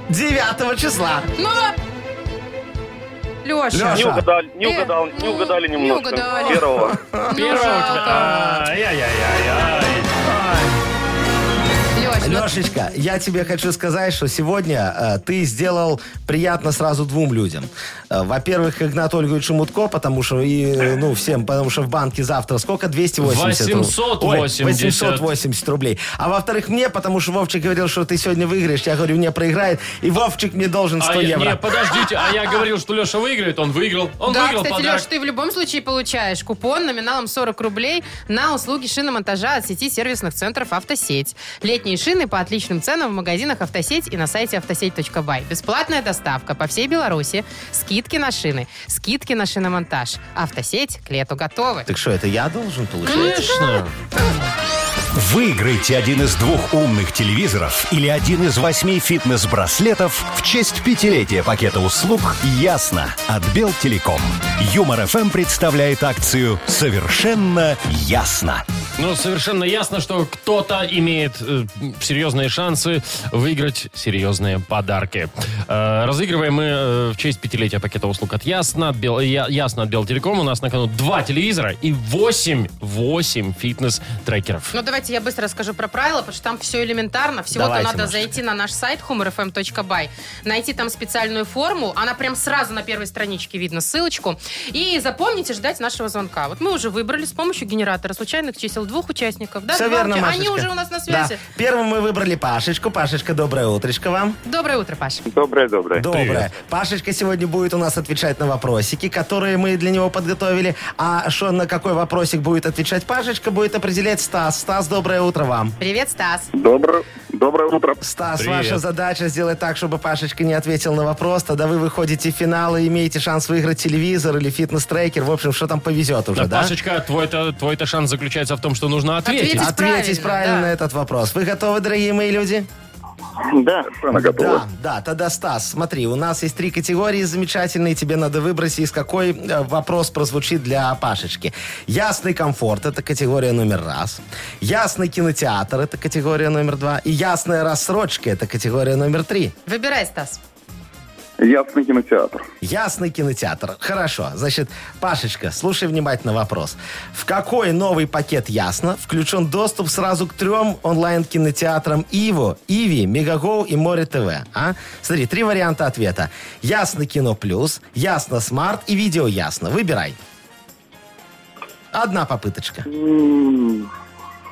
B: 9 числа.
C: Ну, Леша.
E: Не
B: Леша.
E: угадали, не
C: Э,
E: угадал, не
C: ну,
E: угадали
C: не
E: немножко.
C: угадали. [LAUGHS]
E: Первого.
A: Первого
C: ну
A: тебя- Ай-яй-яй-яй.
C: ну
B: Лешечка, я тебе хочу сказать, что сегодня э, ты сделал приятно сразу двум людям. Э, во-первых, Игнат Ольговичу Мутко, потому что и, э, ну, всем, потому что в банке завтра сколько? 280 ру-
A: 880.
B: Ой, 880 рублей. А во-вторых, мне, потому что Вовчик говорил, что ты сегодня выиграешь. Я говорю, мне проиграет. И Вовчик мне должен 100
A: А я-
B: евро.
A: Не, подождите, а я говорил, что Леша выиграет, он выиграл. Он
C: да,
A: выиграл
C: кстати,
A: подарок.
C: Леш, ты в любом случае получаешь купон номиналом 40 рублей на услуги шиномонтажа от сети сервисных центров «Автосеть». Летние шины по отличным ценам в магазинах «Автосеть» и на сайте автосеть.бай. Бесплатная доставка по всей Беларуси. Скидки на шины. Скидки на шиномонтаж. «Автосеть» к лету готовы.
B: Так что, это я должен получить?
A: Конечно.
D: Выиграйте один из двух умных телевизоров или один из восьми фитнес-браслетов в честь пятилетия пакета услуг «Ясно» от Белтелеком. Юмор-ФМ представляет акцию «Совершенно ясно».
A: Ну, совершенно ясно, что кто-то имеет э, серьезные шансы выиграть серьезные подарки. Э, разыгрываем мы э, в честь пятилетия пакета услуг от Ясно, от Бел- Я- Ясно от Белтелеком. У нас на кону два телевизора и 8, 8 фитнес-трекеров.
C: Ну, давайте я быстро расскажу про правила, потому что там все элементарно. Всего-то
B: Давайте,
C: надо
B: Машечка.
C: зайти на наш сайт humorfm.by, найти там специальную форму, она прям сразу на первой страничке видно ссылочку, и запомните ждать нашего звонка. Вот мы уже выбрали с помощью генератора случайных чисел двух участников. Да,
B: Все
C: Два
B: верно,
C: уча-
B: Машечка.
C: Они уже у нас на
B: Да.
C: связи.
B: Первым мы выбрали Пашечку. Пашечка, доброе утречко вам.
C: Доброе утро, Паша.
E: Доброе-доброе.
B: Доброе.
A: Привет.
B: Пашечка сегодня будет у нас отвечать на вопросики, которые мы для него подготовили. А что на какой вопросик будет отвечать Пашечка, будет определять Стас. Стас, доброе утро вам.
C: Привет, Стас.
E: Доброе, доброе утро.
B: Стас,
A: Привет.
B: ваша задача сделать так, чтобы Пашечка не ответил на вопрос. Тогда вы выходите в финал и имеете шанс выиграть телевизор или фитнес-трекер. В общем, что там повезет уже,
A: Да,
B: да?
A: Пашечка, твой-то, твой-то шанс заключается в том, что нужно ответить.
C: Ответить.
B: Ответить
C: Правильно,
B: правильно
C: да.
B: на этот вопрос. Вы готовы, дорогие мои люди?
E: Да, она готова.
B: Да, да, тогда, Стас, смотри, у нас есть три категории замечательные, тебе надо выбрать, из какой э, вопрос прозвучит для Пашечки. Ясный комфорт – это категория номер раз. Ясный кинотеатр – это категория номер два. И ясная рассрочка – это категория номер три.
C: Выбирай, Стас.
E: Ясный кинотеатр.
B: Ясный кинотеатр. Хорошо. Значит, Пашечка, слушай внимательно вопрос. В какой новый пакет Ясно включен доступ сразу к трем онлайн-кинотеатрам Иво, Иви, Мегагоу и Море ТВ? А? Смотри, три варианта ответа. Ясно Кино Плюс, Ясно Смарт и Видео Ясно. Выбирай. Одна попыточка.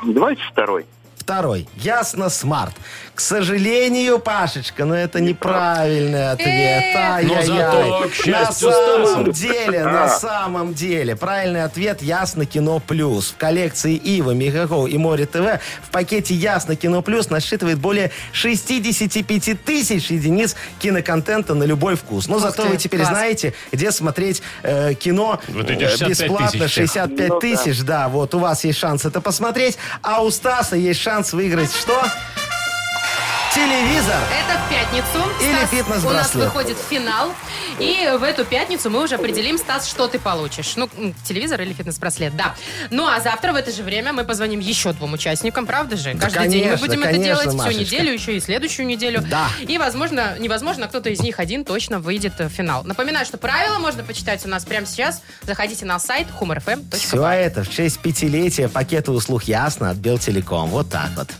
E: Давайте второй.
B: Второй. Ясно Смарт. К сожалению, Пашечка, но это неправильный ответ.
C: Э.
A: Но зато,
B: Ай-яй-яй.
A: к
B: На
A: счастью,
B: самом
A: Стасу.
B: деле,
C: А.
B: на самом деле, правильный ответ Ясно Кино Плюс. В коллекции Ива, Мегаго и Море ТВ в пакете Ясно Кино Плюс насчитывает более 65 тысяч единиц киноконтента на любой вкус. Но зато
C: ты,
B: вы теперь
C: класс.
B: знаете, где смотреть э, кино
A: Вот эти
B: э,
A: 65
B: бесплатно
A: тысяч всех.
B: 65
E: Ну да.
B: тысяч, да. вот у вас есть шанс это посмотреть, а у Стаса есть шанс выиграть что? Телевизор!
C: Это в пятницу.
B: Или
C: Стас, У нас
B: фитнес-браслет.
C: выходит финал. И в эту пятницу мы уже определим, Стас, что ты получишь. Ну, м, телевизор или фитнес-браслет, да. Ну, а завтра в это же время мы позвоним еще двум участникам, правда же? Каждый день мы
B: конечно,
C: будем это
B: конечно,
C: делать. Всю
B: Машечка.
C: неделю, еще и следующую неделю.
B: Да.
C: И, возможно, невозможно, кто-то из них один точно выйдет э, в финал. Напоминаю, что правила можно почитать у нас прямо сейчас. Заходите на сайт humorfm.by.
B: Все это в честь пятилетия пакета услуг «Ясно» от Белтелеком. Вот так вот.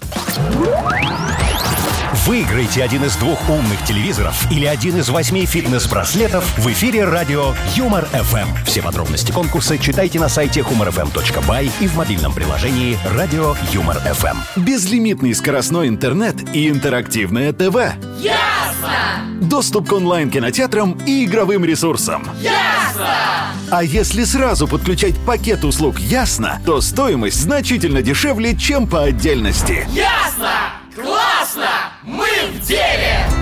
D: Выиграйте один из двух умных телевизоров или один из восьми фитнес-браслетов в эфире радио Юмор ФМ. Все подробности конкурса читайте на сайте humorfm.by и в мобильном приложении радио Юмор ФМ.
F: Безлимитный скоростной интернет и интерактивное ТВ. Ясно! Доступ к онлайн-кинотеатрам и игровым ресурсам. Ясно! А если сразу подключать пакет услуг «Ясно», то стоимость значительно дешевле, чем по отдельности.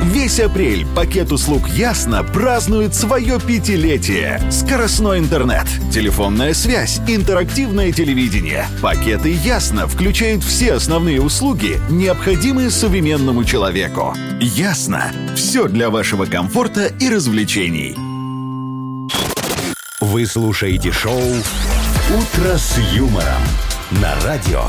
F: Весь апрель пакет услуг «Ясно» празднует свое пятилетие. Скоростной интернет, телефонная связь, интерактивное телевидение. Пакеты «Ясно» включают все основные услуги, необходимые современному человеку. «Ясно» — все для вашего комфорта и развлечений.
D: Вы слушаете шоу «Утро с юмором» на радио.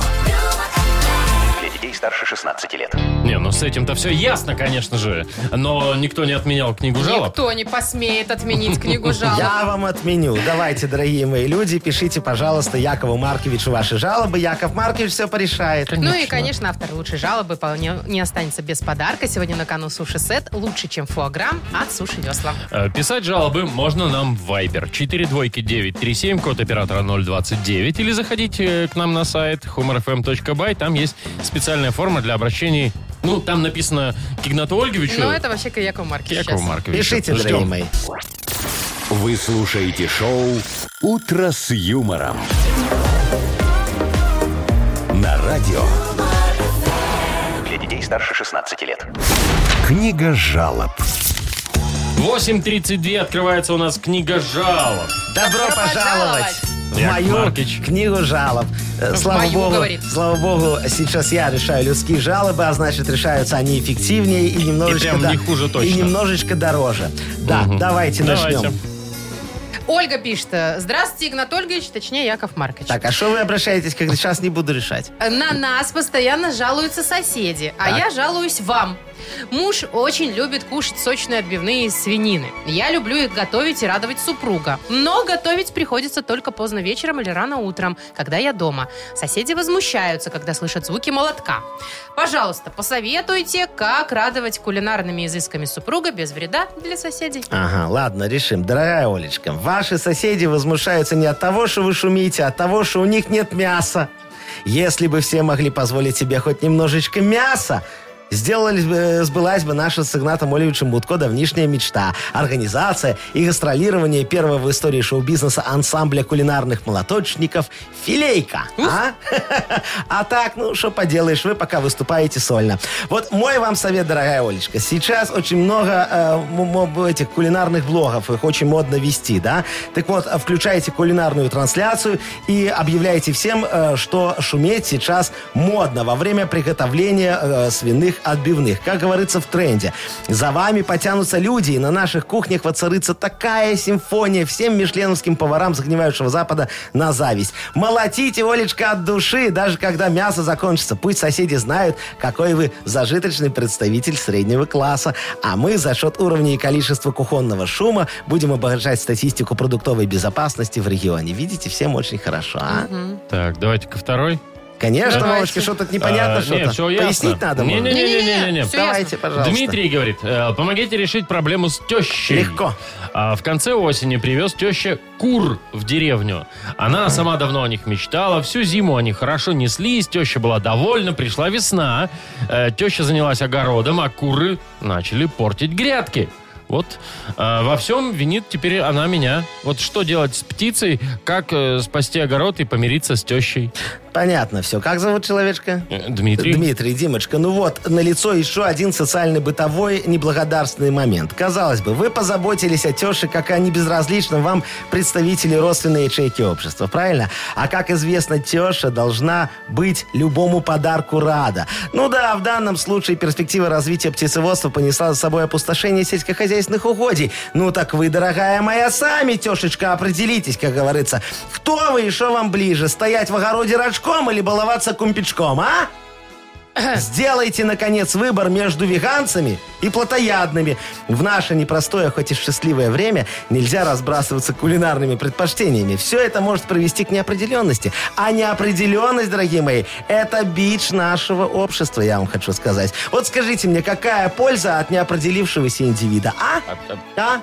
G: Для детей старше 16 лет.
A: Не, ну с этим-то все ясно, конечно же. Но никто не отменял книгу жалоб.
C: Никто не посмеет отменить книгу жалоб.
B: Я вам отменю. Давайте, дорогие мои люди, пишите, пожалуйста, Якову Марковичу ваши жалобы. Яков Маркович все порешает.
C: Ну и, конечно, автор лучшей жалобы вполне не останется без подарка. Сегодня на кону суши-сет лучше, чем фуаграмм от суши весла.
A: Э, Писать жалобы можно нам в Viber 42937, код оператора 029, или заходите э, к нам на сайт humorfm.by, там есть специальная форма для обращений. Ну, там написано к Игнату Ольговичу,
C: Ну, это вообще к Якову Марковичу
A: к Якову
C: сейчас.
A: Марковичу.
B: Пишите,
A: Ждем.
B: дорогие мои.
D: Вы слушаете шоу «Утро с юмором» на радио.
G: Для детей старше 16 лет.
D: Книга жалоб.
A: 8.32 открывается у нас книга жалоб.
B: Добро,
C: Добро
B: пожаловать!
C: пожаловать!
B: В
A: Яков
B: мою
A: Маркич.
B: книгу жалоб. Э, Слава
C: мою,
B: богу,
C: говорит.
B: слава богу, сейчас я решаю людские жалобы, а значит решаются они эффективнее и немножечко,
A: прям
B: да-
A: не хуже точно.
B: и немножечко дороже. Да, давайте,
A: Давайте.
B: начнем.
C: Ольга пишет. э, Здравствуйте, Игнат Ольгович, точнее, Яков Маркович.
B: Так, а что вы обращаетесь, как сейчас не буду решать?
C: На нас постоянно жалуются соседи, а
B: Так.
C: я жалуюсь вам. Муж очень любит кушать сочные отбивные из свинины. Я люблю их готовить и радовать супруга. Но готовить приходится только поздно вечером или рано утром, когда я дома. Соседи возмущаются, когда слышат звуки молотка. Пожалуйста, посоветуйте, как радовать кулинарными изысками супруга без вреда для соседей.
B: Ага, ладно, решим. Дорогая Олечка, ваши соседи возмущаются не от того, что вы шумите, а от того, что у них нет мяса. Если бы все могли позволить себе хоть немножечко мяса, сделали, бы- э, сбылась бы наша с Игнатом Олевичем Будко давнишняя мечта. Организация и гастролирование первого в истории шоу-бизнеса ансамбля кулинарных молоточников «Филейка». А? [LAUGHS] а так, ну, что поделаешь, вы пока выступаете сольно. Вот мой вам совет, дорогая Олечка. Сейчас очень много э, м- м- этих кулинарных блогов, их очень модно вести, да? Так вот, э, включайте кулинарную трансляцию и объявляйте всем, э, что шуметь сейчас модно во время приготовления э, свиных отбивных. Как говорится в тренде. За вами потянутся люди, и на наших кухнях воцарится такая симфония всем мишленовским поварам загнивающего Запада на зависть. Молотите, Олечка, от души, даже когда мясо закончится. Пусть соседи знают, какой вы зажиточный представитель среднего класса. А мы за счет уровня и количества кухонного шума будем обогащать статистику продуктовой безопасности в регионе. Видите, всем очень хорошо, а?
A: Так, давайте ко второй.
B: Конечно,
C: Давайте.
B: Вовочка, что-то непонятно
A: А,
B: что-то.
A: нет, всё ясно.
B: Пояснить надо? может?
A: Не-не-не, Не-не-не,
C: всё
B: Давайте,
C: ясно.
B: пожалуйста.
A: Дмитрий говорит, э, помогите решить проблему с тещей.
B: Легко.
A: А в конце осени привез теща кур в деревню. Она сама давно о них мечтала, всю зиму они хорошо неслись, теща была довольна, пришла весна, э, теща занялась огородом, а куры начали портить грядки. Вот э, во всем винит теперь она меня. Вот что делать с птицей, как э, спасти огород и помириться с тещей.
B: Понятно все. Как зовут человечка?
A: Э, Дмитрий.
B: Дмитрий, Димочка, ну вот, на лицо еще один социально-бытовой неблагодарственный момент. Казалось бы, вы позаботились о теше, как и они безразличны вам представители родственной ячейки общества, правильно? А как известно, теша должна быть любому подарку рада. Ну да, в данном случае перспектива развития птицеводства понесла за собой опустошение сельскохозяйственных угодий. Ну так вы, дорогая моя, сами, тешечка, определитесь, как говорится. Кто вы и что вам ближе, стоять в огороде рачком или баловаться кумпичком, а? Сделайте, наконец, выбор между веганцами и плотоядными. В наше непростое, хоть и счастливое время, нельзя разбрасываться кулинарными предпочтениями. Все это может привести к неопределенности. А неопределенность, дорогие мои, это бич нашего общества, я вам хочу сказать. Вот скажите мне, какая польза от неопределившегося индивида, а? А?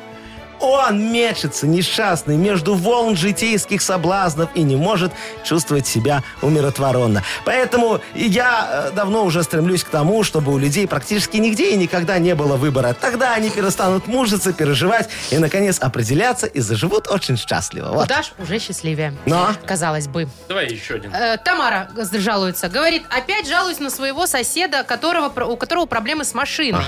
B: Он мечется, несчастный, между волн житейских соблазнов и не может чувствовать себя умиротворенно. Поэтому я э, давно уже стремлюсь к тому, чтобы у людей практически нигде и никогда не было выбора. Тогда они перестанут мужиться, переживать и, наконец, определяться и заживут очень счастливо. Вот. Ну а?
C: Куда ж уже счастливее.
B: Но?
C: Казалось бы.
A: Давай еще один.
C: Э, Тамара г- жалуется. Говорит, опять жалуюсь на своего соседа, которого, про- у которого проблемы с машиной.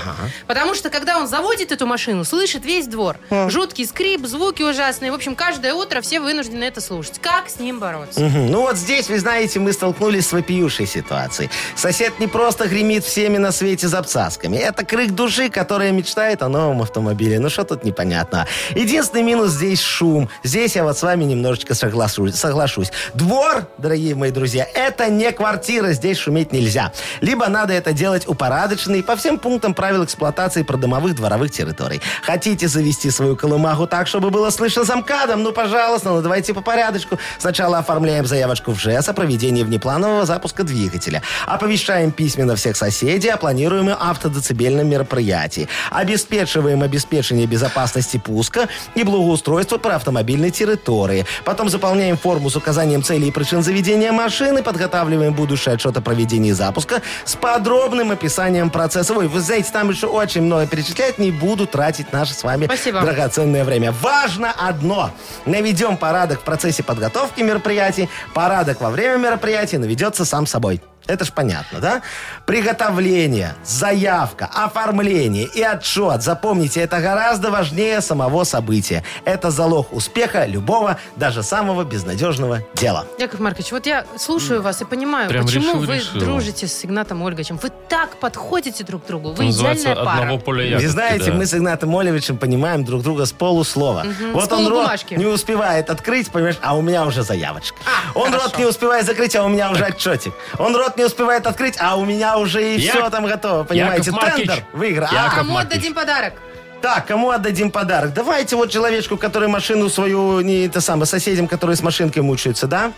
C: Потому что, когда он заводит эту машину, слышит весь двор. Жуткий скрип, звуки ужасные. В общем, каждое утро все вынуждены это слушать. Как с ним бороться?
B: Мгм. Ну вот здесь, вы знаете, мы столкнулись с вопиющей ситуацией. Сосед не просто гремит всеми на свете запцасками. Это крик души, которая мечтает о новом автомобиле. Ну что тут непонятно. Единственный минус здесь шум. Здесь я вот с вами немножечко согласу- соглашусь. Двор, дорогие мои друзья, это не квартира. Здесь шуметь нельзя. Либо надо это делать упорядоченно и по всем пунктам правил эксплуатации продомовых дворовых территорий. Хотите завести свою колымагу так, чтобы было слышно за МКАДом? Ну, пожалуйста, ну давайте по порядочку. Сначала оформляем заявочку в ЖЭС о проведении внепланового запуска двигателя. Оповещаем письменно всех соседей о планируемом автодецибельном мероприятии. Обеспечиваем обеспечение безопасности пуска и благоустройство по автомобильной территории. Потом заполняем форму с указанием целей и причин заведения машины, подготавливаем будущий отчет о проведении запуска с подробным описанием процесса. Ой, вы знаете, там еще очень много перечислять, не буду тратить наше с вами
C: Спасибо.
B: дорогое драгоценное время. Важно одно. Наведем порядок в процессе подготовки мероприятий. Порядок во время мероприятий наведется сам собой. Это ж понятно, да? Приготовление, заявка, оформление и отчет. Запомните, это гораздо важнее самого события. Это залог успеха любого, даже самого безнадежного дела.
C: Яков Маркович, вот я слушаю вас и понимаю,
A: Прям
C: почему
A: решил,
C: вы
A: решил.
C: дружите с Игнатом Ольговичем. Вы так подходите друг к другу.
A: Это
C: Вы
A: называется
C: идеальная
A: одного
C: пара.
A: поля
B: Вы
A: ягодки,
B: знаете,
A: да.
B: мы с Игнатом Олевичем понимаем друг друга с полуслова. Вот
C: с
B: он рот
C: полубумажки.
B: не успевает открыть, понимаешь, а у меня уже заявочка.
C: А,
B: он
C: хорошо.
B: рот не успевает закрыть, а у меня уже отчетик. Он рот не успевает открыть, а у меня уже и
A: Я-
B: все там готово, понимаете?
A: Яков Маркович.
B: Тендер выиграл.
C: А
A: Яков
C: кому
A: Маркович.
C: отдадим подарок?
B: Так, кому отдадим подарок? Давайте вот человечку, который машину свою, не это самое, соседям, которые с машинкой мучаются, да?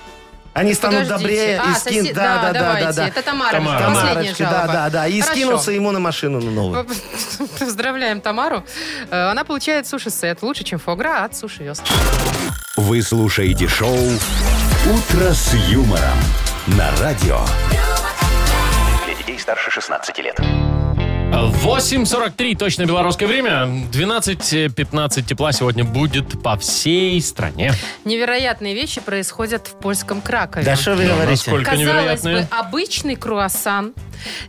B: Они станут
C: Подождите.
B: добрее
C: а,
B: и скин...
C: сосед-
B: Да, да, да, да,
C: давайте.
B: да.
C: Это Тамара.
A: Тамара.
C: Последняя
B: Тамарочки,
C: жалоба.
B: да, да, да. И
C: Хорошо.
B: скинутся ему на машину на новую.
C: [LAUGHS] Поздравляем Тамару. Э, Она получает суши-сет лучше, чем фогра от Суши Вест.
D: Вы слушаете шоу «Утро с юмором» на радио.
G: Для детей старше 16 лет.
A: 8.43, точно белорусское время. 12.15 тепла сегодня будет по всей стране.
C: Невероятные вещи происходят в польском Кракове.
B: Да что вы говорите?
A: Ну, насколько
C: Казалось
A: невероятные.
C: бы, обычный круассан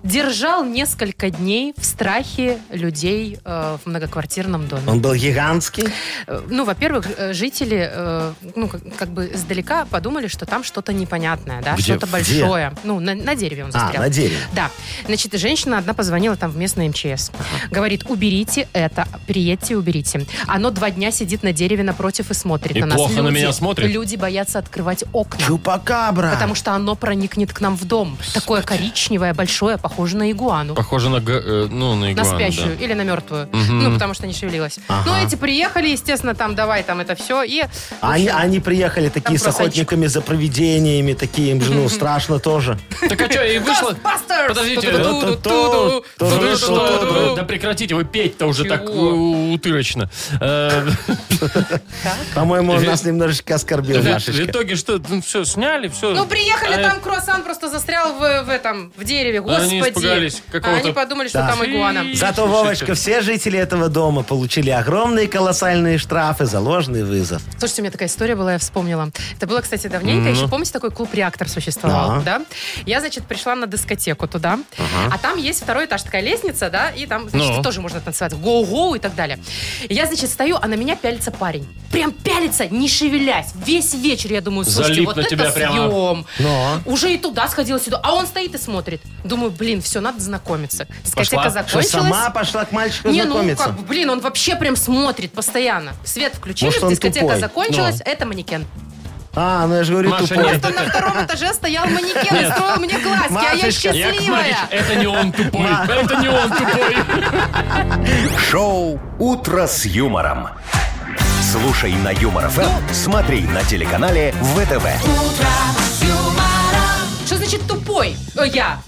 C: держал несколько дней в страхе людей э, в многоквартирном доме.
B: Он был гигантский.
C: Э, Ну, во-первых, э, жители, э, ну, как, как бы издалека подумали, что там что-то непонятное, да,
B: Где?
C: что-то
B: Где?
C: большое. Ну, на, на дереве он
B: А,
C: застрял.
B: на дереве.
C: Да. Значит, женщина одна позвонила там в местное МЧС. Говорит, уберите это, приедьте и уберите. Оно два дня сидит на дереве напротив и смотрит
A: И
C: на нас.
A: плохо на меня смотрит?
C: Люди боятся открывать окна.
B: Чупакабра.
C: Потому что оно проникнет к нам в дом. Такое коричневое, большое, похоже на игуану.
A: Похоже на, г- э, ну, на
C: На
A: игуану,
C: спящую
A: да.
C: или на мертвую.
A: Мгм.
C: Ну, потому что не шевелилась.
B: Ага.
C: Ну, эти приехали, естественно, там давай там это все. И
B: А Они, они приехали такие с
C: красавчик.
B: охотниками за провидениями, такие им же, ну, страшно тоже.
A: Так а что, и вышло...
C: Ghostbusters!
A: Подождите,
C: Ту-ду-ду, ту-ду.
A: Да
B: Тоже
A: вы
B: что,
A: что?
B: тоже.
A: Да прекратите, вы петь-то уже
C: Чего?
A: так у- утырочно. Э,
B: По-моему, он
A: Ви-
B: нас немножечко оскорбил,
A: В
B: Машечка.
A: итоге что? Все, сняли, все.
C: Ну,
A: А
C: приехали, там круассан просто застрял в, в этом, в дереве, господи.
A: Они испугались
C: А
A: какого-то-
C: Они подумали, что
B: Да.
C: там игуана.
B: Зато,
A: Слушайте.
B: Вовочка, все жители этого дома получили огромные колоссальные штрафы за ложный вызов.
C: Слушайте, у меня такая история была, я вспомнила. Это было, кстати, давненько. Еще помните, такой клуб «Реактор» существовал, да? Я, значит, пришла на дискотеку туда. А там есть второй этаж, такая лестница, да? И там, значит,
A: Ну.
C: тоже можно танцевать. Гоу-гоу и так далее. И я, значит, стою, а на меня пялится парень. Прям пялится, не шевелясь. Весь вечер, я думаю, слушайте,
A: Залип
C: вот
A: на
C: это
A: тебя прямо. Ну.
C: съем.
B: Но.
C: Уже и туда сходила, сюда. А он стоит и смотрит. Думаю, блин, все, надо знакомиться. Дискотека
A: Пошла?
B: Что,
C: закончилась.
B: сама пошла к мальчику
C: Не, ну
B: знакомиться?
C: как, бы, блин, он вообще прям смотрит постоянно. Свет включили,
B: Может, он
C: дискотека
B: тупой.
C: закончилась, это манекен.
B: А, ну я же говорю,
A: Маша,
B: тупой.
A: нет.
C: Просто на втором этаже стоял манекен и строил мне глазки, а я
B: Машечка.
A: Яков Маркович,
C: счастливая.
A: это не он тупой. Это не он тупой.
D: Шоу «Утро с юмором». Слушай на Юмор ФМ, смотри на телеканале ВТВ.
C: Что значит тупой?
A: [LAUGHS]
C: О, я.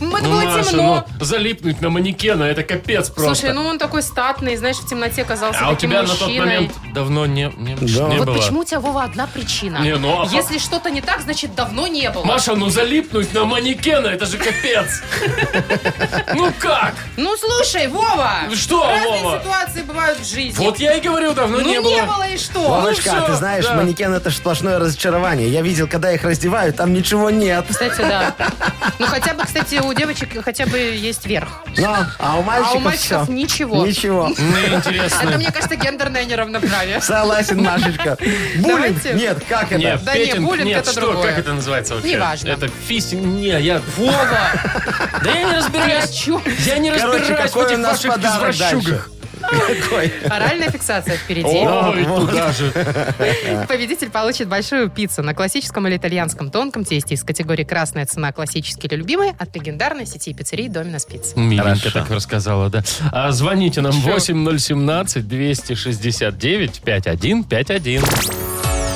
C: Мы
A: Ну,
C: было
A: Маша,
C: темно.
A: ну, залипнуть на манекена, это капец просто.
C: Слушай, ну он такой статный, знаешь, в темноте оказался
A: а у
C: таким
A: тебя на тот
C: мужчиной.
A: момент давно не, не,
B: Да.
A: не
C: Вот
A: было.
C: почему у тебя, Вова, одна причина.
A: Не, ну, а-
C: Если что-то не так, значит, давно не было.
A: Маша, ну залипнуть на манекена, это же
C: [LAUGHS]
A: капец. Ну как?
C: Ну, слушай, Вова!
A: Что,
C: разные
A: Вова?
C: ситуации бывают в жизни.
A: Вот я и говорю, давно
C: ну,
A: не
C: не
A: было.
C: было и что?
B: Вовочка,
A: Ну,
B: а ты
A: всё,
B: знаешь,
A: да.
B: манекен это ж сплошное разочарование. Я видел, когда их раздевают, там ничего нет.
C: Кстати, [LAUGHS] да. Ну, хотя бы, кстати, у девочек хотя бы есть верх.
B: Но, а у мальчиков,
C: а у мальчиков
B: всё.
C: ничего.
B: Ничего.
A: Мне
C: Это,
A: Ну, интересно.
C: мне кажется, гендерное неравноправие.
B: Согласен,
A: [LAUGHS]
B: Машечка. Буллинг?
C: Давайте.
B: Нет, как это?
A: Нет,
C: Да не,
A: петинг,
C: буллинг
A: нет,
C: это
A: что,
C: другое.
A: как это называется вообще?
C: Неважно.
A: Это фистинг, не, я...
C: Вова, [LAUGHS]
A: Да я не
C: ты
A: разбираюсь.
C: о чём?
A: Я не
B: Короче,
A: разбираюсь в
B: какой
A: этих
B: у нас
A: ваших
B: подарок
A: извращугах.
B: Какой?
C: [LAUGHS] Оральная фиксация впереди.
A: Ой,
B: Вот.
A: туда же.
C: Победитель получит большую пиццу на классическом или итальянском тонком тесте из категории «Красная цена. Классический или любимый» от легендарной сети пиццерий «Доминос Пицца».
A: Миленько
B: Хорошо.
A: так рассказала, да. А звоните нам 8017-269-5151.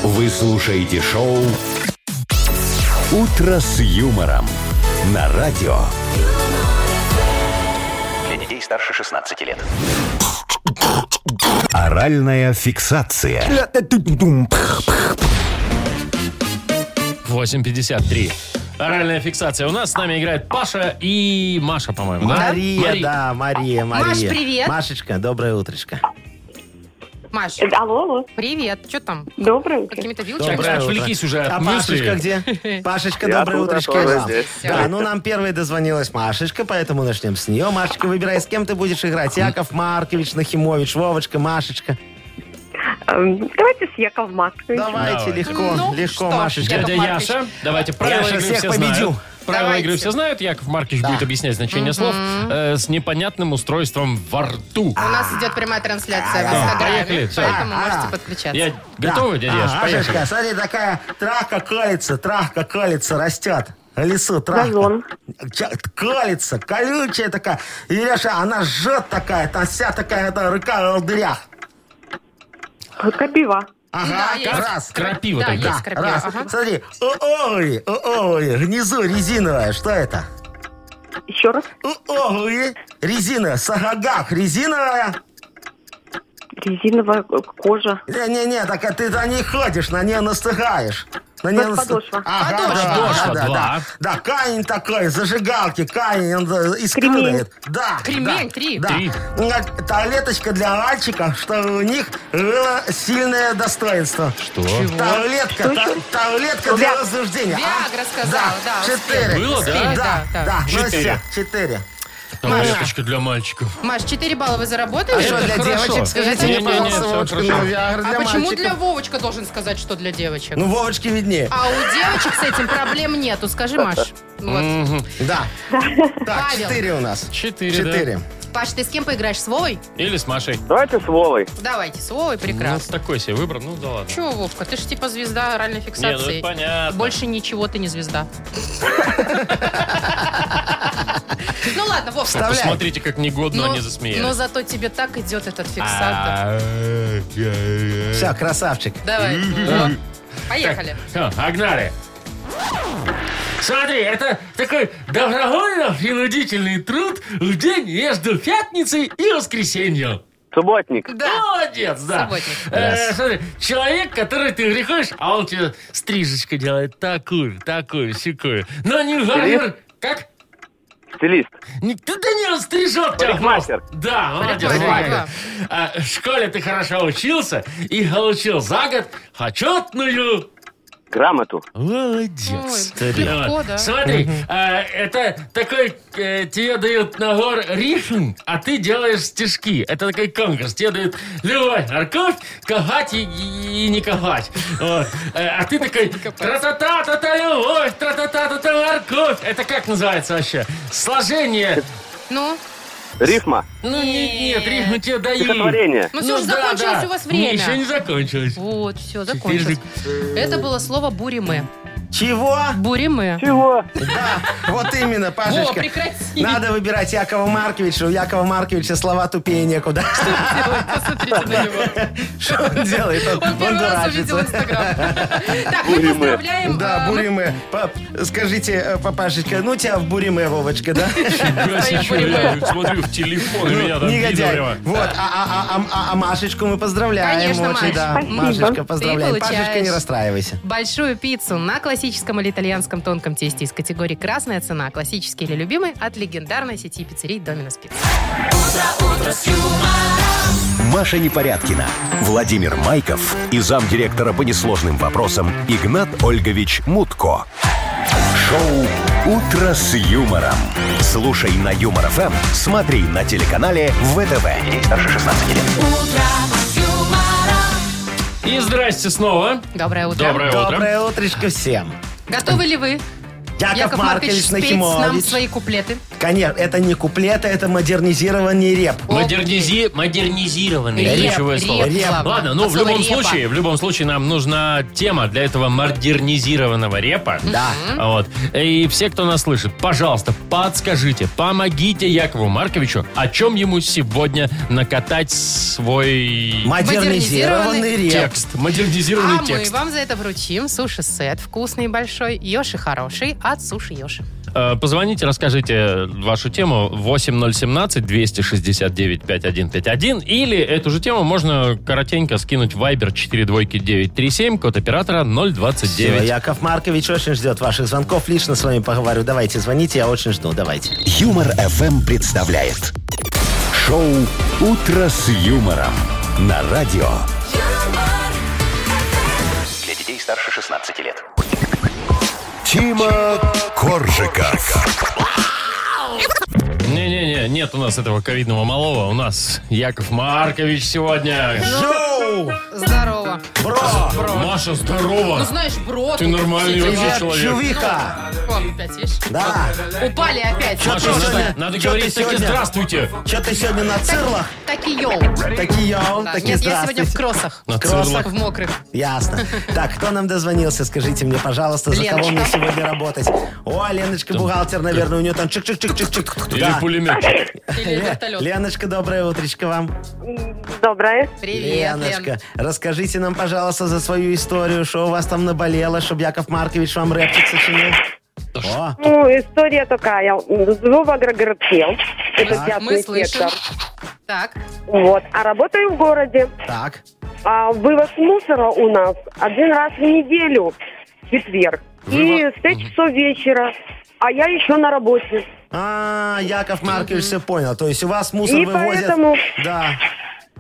D: Вы слушаете шоу «Утро с юмором» на радио.
G: Для детей старше 16 лет.
D: Оральная фиксация.
A: 8.53. Оральная фиксация. У нас с нами играет Паша и Маша, по-моему, да?
B: Мария,
A: Мари-
B: да, Мария, Мария.
C: Маш, привет.
B: Машечка, доброе утречко.
C: Маш,
H: Э, Алло, алло.
C: привет. Что там?
H: Доброе утро.
C: Какими-то
A: Так,
C: вилчерами?
B: Доброе утро.
A: отвлекись уже от
B: А
A: мыслей.
B: Пашечка
A: [LAUGHS]
B: где? Пашечка,
E: Я
B: доброе
E: тут, я
B: утречко.
E: тоже
B: вам.
E: здесь.
B: Да, ну нам первой дозвонилась Машечка, поэтому начнем с нее. Машечка, выбирай, с кем ты будешь играть. Яков Маркович, Нахимович, Вовочка, Машечка.
H: Эм, Давайте с Яков Маркович.
B: Давайте,
A: Давай.
B: легко,
C: Ну,
B: легко,
C: что,
B: Машечка.
A: Дядя
C: Яков Маркович.
A: Яша, давайте правила
B: щас
A: игры
B: всех
A: все
B: победю.
A: знают. Правила
C: Давайте.
A: игры все знают. Яков Маркич будет объяснять значение слов э, с непонятным устройством во рту.
C: У нас идет прямая трансляция в
A: Да,
C: Инстаграме,
A: поехали, всё.
C: поэтому
B: А,
C: можете
B: а.
C: подключаться.
A: Я готовы, дядя Яша?
B: А,
A: Поехали.
B: Машечка, смотри, такая травка колется, травка колется, растет. В лесу травка.
H: Газон.
B: Ча- Колется, колючая такая. И Леша, она жжет такая, там вся такая, эта рука в дырях.
H: Крапива.
B: Ага,
C: Да, есть.
B: раз.
A: Крапива
C: Да,
A: такая.
C: есть.
B: Да,
C: крапива,
B: раз.
C: ага.
B: Смотри, огури, огури, внизу резиновая, что это?
H: Еще раз.
B: Огури, резина, сагагах, резиновая.
H: Резиновая э, кожа.
B: Не-не-не, так а ты на ней ходишь, на нее настыгаешь. На нее наст-
H: Подошва.
B: Ага,
C: Подошва.
B: да,
A: Подошва,
B: да, да,
A: два.
B: да. Да, камень такой, зажигалки, камень, он да, искрывает. Да. да,
C: Кремень, три.
B: Да.
A: Три.
B: М, Таблеточка для мальчиков, чтобы у них было сильное достоинство.
A: Что?
B: Таблетка, та- таблетка для
H: Виагра.
B: возбуждения. а?
C: Виагра сказала, да,
B: Четыре.
C: успели.
A: Было, да?
C: Успели,
B: Да,
C: да,
B: да. Ну
A: Четыре.
B: все, четыре.
A: Таблеточка для мальчиков.
C: Маш, 4 балла вы
B: А
C: заработали?
B: что, для
A: хорошо.
B: девочек, скажите
A: Не-не-не,
B: мне, пожалуйста,
A: всё
B: Вовочка,
A: хорошо.
B: ну, Виагра
C: А
B: для
C: почему
B: мальчиков.
C: для Вовочка должен сказать, что для девочек?
B: Ну, Вовочке виднее.
C: А у девочек с этим проблем нету,
A: [LAUGHS]
C: скажи, Маш. Вот. [LAUGHS]
B: Да. Так,
C: Павел.
B: четыре у нас.
A: Четыре, да.
B: Четыре.
C: Паш, ты с кем поиграешь? С Вовой?
A: Или с Машей.
E: Давайте с Вовой.
C: Давайте, с Вовой
A: Ну,
C: прекрасно.
A: такой себе выбор, ну да ладно.
C: Чего, Вовка, ты же типа звезда оральной
A: Не, ну
C: фиксации.
A: это понятно.
C: Больше ничего ты не звезда.
A: [LAUGHS]
C: Ну ладно, Вовка.
B: Вставляй.
A: Посмотрите, как негодно
C: Но-
A: они засмеялись.
C: Но зато тебе так идет этот фиксатор.
A: А, э.
B: Все, красавчик.
A: [LAUGHS]
C: Давай. вот. Поехали.
A: всё, Погнали. Смотри, это такой добровольно принудительный труд в день между пятницей и воскресеньем.
E: Субботник.
C: Да.
A: Молодец, да.
C: Субботник.
A: Э, смотри, человек, который ты приходишь, а он тебе стрижечку делает такую, такую, сякую. Но не гарнир. Как?
E: Стилист.
A: Никто да не он стрижет тебя.
E: Парикмахер.
A: просто. Да, молодец.
C: Парикмахер,
A: парикмахер.
C: да.
A: А, в школе ты хорошо учился и получил за год почетную
E: Грамоту.
A: Молодец.
C: Ой, легко,
A: Вот.
C: да.
A: Смотри, а, это такой, э, тебе дают набор рифм, а ты делаешь стишки. Это такой конкурс. Тебе дают любой морковь, копать и, и не копать. Вот. Э, А ты такой, тра-та-та, та-та любовь, тра-та-та, та-та морковь. Это как называется вообще? Сложение.
C: Ну,
E: Рифма.
A: Ну, не- нет, рифмы тебе дают.
E: Стихотворение.
C: ну все же закончилось у вас
A: Не, еще не
C: время.
A: закончилось.
C: Вот, все,
A: Теперь
C: закончилось. Это было слово буриме.
B: Чего?
C: Буриме.
E: Чего?
B: Да, вот именно,
C: Во,
B: Пашечка.
C: прекрати.
B: Надо выбирать Якова Марковича. У Якова Марковича слова тупее некуда. [LAUGHS]
C: делать? Посмотрите на него.
B: Что он делает? Он,
C: Он первый раз увидел Инстаграм. Так, мы
E: Буриме.
C: поздравляем.
B: Да,
C: э,
B: буриме. Пап, скажите, э, папашечка, ну тебя в буриме, Вовочка, да?
A: Я сейчас я смотрю в телефон, и меня там
B: Негодяй.
A: видео.
B: Вот, а, а- а- а- а Машечку мы поздравляем.
C: Конечно,
B: очень,
C: Маш.
B: да.
H: Спасибо.
B: Машечка,
H: Ты
B: поздравляем.
C: получаешь.
B: Пашечка, не расстраивайся.
C: Большую пиццу на классическом или итальянском тонком тесте из категории «Красная цена», классический или любимый, от легендарной сети пиццерий «Доминос Пицца».
D: Маша Непорядкина, Владимир Майков и замдиректора по несложным вопросам Игнат Ольгович Мутко. Шоу «Утро с юмором». Слушай на Юмор ФМ, смотри на телеканале ВТВ. Ей старше 16 лет.
A: И здрасте снова.
C: Доброе утро.
A: Доброе утро.
B: Доброе утречко всем.
C: Готовы ли вы,
B: Яков,
C: Яков Маркович,
B: Маркович
C: спеть нам
B: Нахимович.
C: свои куплеты?
B: Конечно, это не куплеты, это модернизированный реп.
A: Модернизи... Модернизированный.
C: Реп,
A: Ключевое
C: реп,
A: слово.
C: главное.
A: Ладно, ну
C: От
A: в
C: слова
A: любом
C: репа.
A: случае, в любом случае нам нужна тема для этого модернизированного репа.
B: Да.
A: Вот. И все, кто нас слышит, пожалуйста, подскажите, помогите Якову Марковичу, о чем ему сегодня накатать свой
B: Модернизированный
C: Модернизированный
B: реп.
A: текст, модернизированный
C: А мы
A: текст.
C: вам за это вручим суши-сет вкусный большой, Йоши хороший от Суши Йоши.
A: Э, Позвоните, расскажите вашу тему 8017-269-5151 или эту же тему можно коротенько скинуть в Viber 42937, код оператора 029.
B: Всё, Яков Маркович очень ждет ваших звонков. Лично с вами поговорю. Давайте, звоните, я очень жду. Давайте.
D: эм Юмор ФМ представляет шоу Утро с юмором на радио.
G: Для детей старше 16 лет.
D: Тима Коржика.
A: Не-не-не, нет у нас этого ковидного малого. У нас Яков Маркович сегодня.
B: Шоу!
C: Здорово.
B: Бро!
A: Маша, здорово.
C: Ну, знаешь, бро.
A: Ты нормальный
C: действительно.
A: вообще человек.
B: Чувиха!
C: Вон, опять, видишь?
B: Да!
C: Упали опять.
B: Чё
A: Маша,
B: ты
A: надо,
B: сегодня-
A: надо
B: чё ты
A: говорить таки
B: сегодня?
A: «здравствуйте».
B: Че ты сегодня на цирлах?
C: Так и йоу.
B: Такие, йоу,
C: Да,
B: такие
C: Нет, я сегодня в
B: здравствуйте.
C: кроссах.
A: На
C: В кроссах,
A: цирлах.
C: в мокрых.
B: Ясно. Так, кто нам дозвонился, скажите мне, пожалуйста, за кого
C: Леночка.
B: мне сегодня работать? О, Леночка, бухгалтер, наверное, у нее там чик-чик-чик-чик-чик.
A: Или
B: Да.
A: пулемет.
C: Или
B: Ле-
C: вертолет.
B: Леночка, доброе утречко вам.
H: Доброе.
C: Привет,
B: Леночка,
C: Лен.
B: расскажите нам, пожалуйста, за свою историю, что у вас там наболело, чтобы Яков Маркович вам рэпчик сочинил. О,
H: Ну, история такая. Живу в агрогородке. Это
B: Так,
C: Мы
H: частный
C: слышим.
H: сектор.
C: Так,
H: Вот. А работаю в городе.
B: так.
H: А вывоз мусора у нас один раз в неделю, в четверг.
A: Выво-
H: И с 5 часов вечера. А я еще на работе.
B: А, Яков Маркович все понял. То есть у вас мусор
H: И
B: вывозят...
H: поэтому-
B: Да.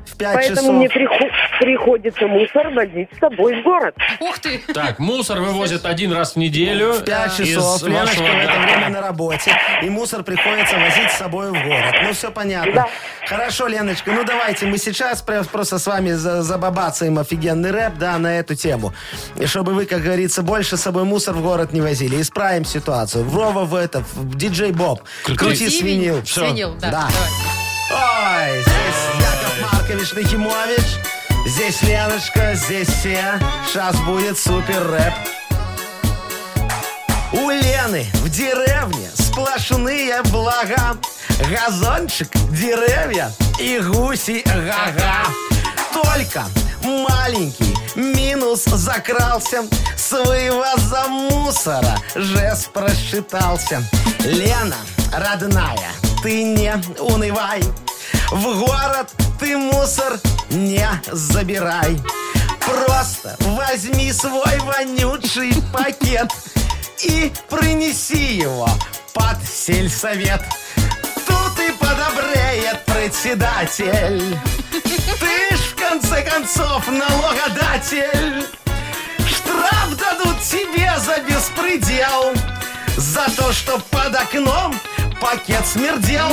B: В 5
H: Поэтому
B: часов.
H: мне прихо- приходится мусор возить с собой в город.
C: ух ты.
A: Так, мусор вывозят один раз в неделю.
B: В 5
A: из
B: часов Леночка в
A: вашего-
B: это время на работе, и мусор приходится возить с собой в город. Ну, все понятно.
H: Да.
B: Хорошо, Леночка, ну давайте мы сейчас прям просто с вами за- забабацаем офигенный рэп, да, на эту тему. И чтобы вы, как говорится, больше с собой мусор в город не возили. Исправим ситуацию. Врова в это, в диджей Боб.
A: Крути.
B: Крути,
C: Сивень.
B: свинил.
A: Всё.
C: Свинил, да.
B: Да.
C: Давай.
B: Ой, здесь Яков Маркович Нахимович, здесь Леночка, здесь все. Сейчас будет супер рэп. У Лены в деревне сплошные блага. Газончик, деревья и гуси гага. Только маленький минус закрался. Своего за мусора жест просчитался. Лена, родная, ты не унывай. В город ты мусор не забирай. Просто возьми свой вонючий пакет и принеси его под сельсовет. Тут и подобреет председатель. Ты ж в конце концов налогодатель. Штраф дадут тебе за беспредел. За то, что под окном пакет смердел.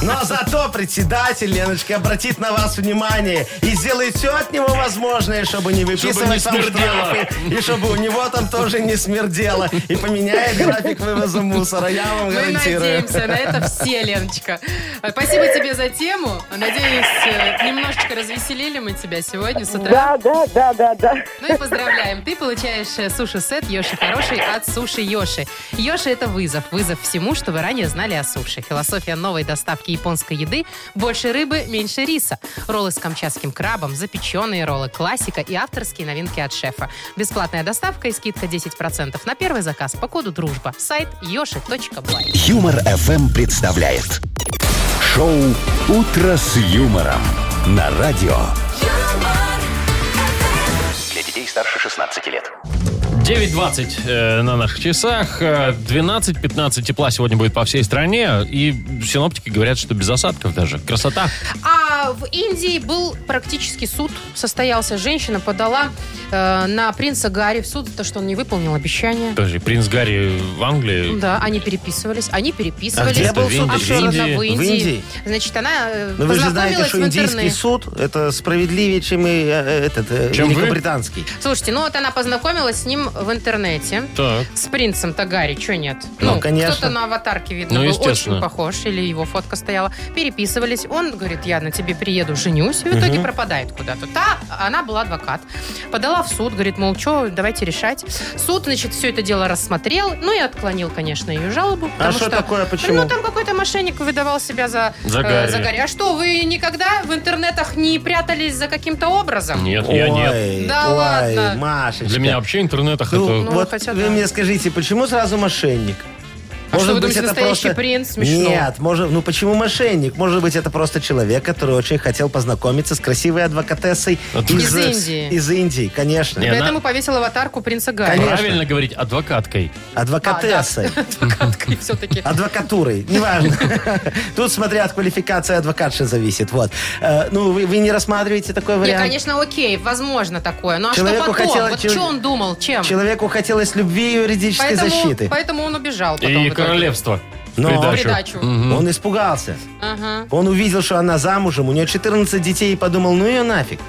B: Но зато председатель, Леночка, обратит на вас внимание и сделает все от него возможное, чтобы не выписывать вам
A: смердело.
B: штрафы, и чтобы у него там тоже не смердело, и поменяет график вывоза мусора, я вам
C: Мы
B: гарантирую.
C: надеемся на это все, Леночка. А, Спасибо тебе за тему. Надеюсь, э, немножечко развеселили мы тебя сегодня с утра.
H: Да, да, да, да, да.
C: Ну и поздравляем. Ты получаешь э, суши-сет Йоши Хороший от Суши Йоши. Йоши – это вызов. Вызов всему, что вы ранее знали о суши. Философия новой доставки японской еды – больше рыбы, меньше риса. Роллы с камчатским крабом, запеченные роллы, классика и авторские новинки от шефа. Бесплатная доставка и скидка 10% на первый заказ по коду «Дружба». Сайт yoshi.by.
D: Юмор FM представляет шоу Утро с юмором на радио.
G: Для детей старше 16 лет.
A: 9.20 э, на наших часах. Э, 12-15 тепла сегодня будет по всей стране. И синоптики говорят, что без осадков даже. Красота.
C: А в Индии был практически суд. Состоялся женщина, подала э, на принца Гарри в суд, то, что он не выполнил обещания.
A: Подожди, принц Гарри в Англии.
C: Да, они переписывались, они переписывались.
B: А где был
C: в
B: суд?
C: Индии?
A: В Индии?
C: в Индии.
B: В Индии?
C: Значит, она э,
B: Но Ну, вы же знаете,
C: познакомилась
B: что
C: в
B: индийский
C: интернете.
B: суд это справедливее, чем и э, этот э,
A: Чем вы?
B: великобританский.
C: Слушайте, ну вот она познакомилась с ним в интернете.
A: Так.
C: С принцем-то Гарри, что нет?
B: Ну, конечно.
C: Кто-то на аватарке, видно,
A: Ну,
C: был
A: естественно.
C: очень похож, или его фотка стояла. Переписывались. Он говорит, я на тебе приеду, женюсь, и в итоге пропадает куда-то. Та, она была адвокат. Подала в суд, говорит, мол, что, давайте решать. Суд, значит, все это дело рассмотрел, ну и отклонил, конечно, ее жалобу.
B: А
C: потому
B: что такое, почему?
C: Ну, там какой-то мошенник выдавал себя за,
A: За
C: э,
A: Гарри.
C: А что, вы никогда в интернетах не прятались за каким-то образом?
A: Нет, я нет.
B: Ой,
C: Да
B: ой,
C: ладно.
B: Машечка.
A: Для меня вообще интернет это...
B: Ну,
C: Ну,
B: вот
C: хотя
B: вы
C: да.
B: мне скажите, почему сразу мошенник?
C: А что вы думаете, настоящий принц? Смешно.
B: Нет, может, ну почему мошенник? Может быть, это просто человек, который очень хотел познакомиться с красивой адвокатессой
A: От-
C: Из Индии.
B: Из Индии, конечно.
A: А Нет.
C: Поэтому повесил аватарку принца Гарри.
B: Конечно.
A: Правильно говорить адвокаткой.
C: А,
B: Адвокатессой.
C: [LAUGHS] Адвокаткой все-таки.
B: Адвокатурой,
C: [LAUGHS]
B: неважно. Тут, смотря от квалификации адвокатши зависит. Вот. Э, Ну, вы, вы не рассматриваете такой
C: Не,
B: вариант?
C: конечно, окей, возможно такое. Ну а
B: Человеку
C: что потом?
B: хотелось-
C: вот
B: чел-
C: что он думал? Чем?
B: Человеку хотелось любви и юридической
C: поэтому,
B: защиты.
C: поэтому он убежал потом. в
A: И
C: итоге.
A: королевство.
B: Но-
A: Придачу.
C: Придачу.
B: Он испугался.
C: Ага.
B: Он увидел, что она замужем, у нее 14 детей, и подумал, ну ее нафиг.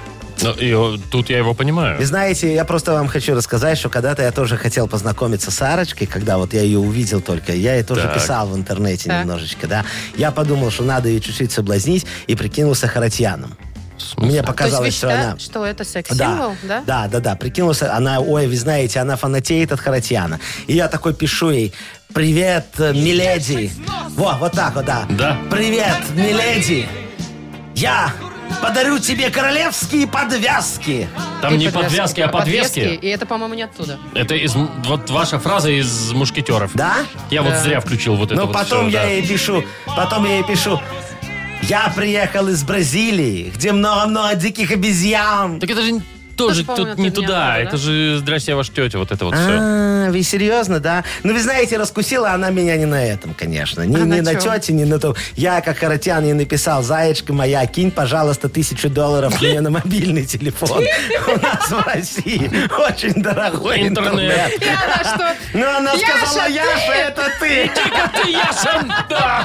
A: Ну, и о, тут я его понимаю.
B: И знаете, я просто вам хочу рассказать, что когда-то я тоже хотел познакомиться с Арочкой, когда вот я ее увидел только, я ей тоже
A: Так.
B: писал в интернете
C: Так.
B: немножечко, да. Я подумал, что надо ее чуть-чуть соблазнить, и прикинулся Харатьяном. Мне
C: То есть вы
B: показалось, что она...
C: считаете, что это секс-символ, да?
B: Да, да, да. Прикинулся, она, ой, вы знаете, она фанатеет от Харатьяна. И я такой пишу ей, привет, э, миледи. Во, вот так вот, да.
A: Да.
B: Привет, миледи. Я подарю тебе королевские подвязки.
A: Там
C: И
A: не подвязки, а подвески.
C: И это, по-моему, не
A: [LAUGHS]
C: оттуда.
A: Это из м- вот ваша фраза из мушкетеров.
B: Да?
A: Я вот зря включил вот это
B: Но
A: вот
B: потом
A: всё,
B: я
A: да.
B: ей пишу, потом я ей пишу, я приехал из Бразилии, где много-много диких обезьян.
A: Так это же тоже
C: по-моему,
A: тут
C: это
A: не
C: не оттуда,
A: туда.
C: да?
A: Это же «Здрасте, я ваша тетя», вот это вот все.
B: А, вы серьезно, да? Ну, вы знаете, раскусила она меня не на этом, конечно. Не,
C: А на
B: не на
C: чем?
B: тете, не на том. Я, как Харатьян, ей написал, «Заячка моя, кинь, пожалуйста, тысячу долларов мне на мобильный телефон». У нас в России очень дорогой
A: Интернет.
B: интернет.
C: И она что?
B: Ну, она
C: Яша,
B: сказала,
C: ты!
B: Яша, это ты!
A: Ты, Яша, да!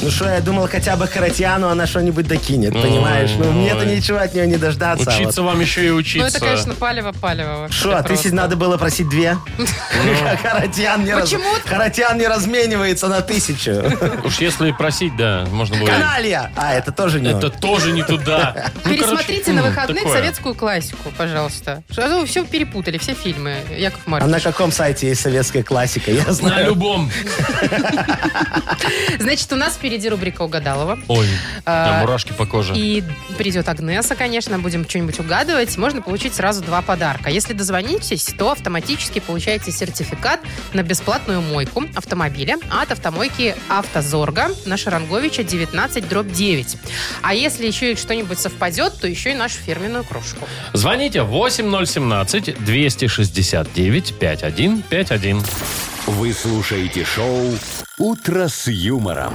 B: Ну что, я думал, хотя бы Харатьяну она что-нибудь докинет, понимаешь? Ну, мне-то ничего от нее не дождаться. а вот.
A: Учиться вам еще и
C: Ну,
A: учиться.
C: это, конечно, палево-палево. вообще
B: Шо, а ты
C: просто.
B: си- надо было просить две?
A: Ну.
B: [LAUGHS] Харатьян не, раз-
C: Почему?
B: Харатьян не разменивается на тысячу.
A: Уж если просить, да, можно было...
B: Каналья! А, это тоже не он.
A: Это тоже не туда. Ну,
C: Пересмотрите
A: короче,
C: на
A: м,
C: выходных
A: такое.
C: советскую классику, пожалуйста. Что вы все перепутали, все фильмы, Яков
B: А
C: Маркович.
B: на каком сайте есть советская классика? Я
A: На
B: знаю.
A: любом.
C: Значит, у нас впереди рубрика «Угадалова».
A: Ой, там
C: А,
A: мурашки по коже.
C: И придет Агнеса, конечно, будем что-нибудь угадывать. Можно получить сразу два подарка. Если дозвонитесь, то автоматически получаете сертификат на бесплатную мойку автомобиля от автомойки «Автозорга» на Шаранговича 19 дробь 9. А если еще и что-нибудь совпадет, то еще и нашу фирменную кружку.
A: Звоните 8017-269-5151.
D: Вы слушаете шоу «Утро с юмором».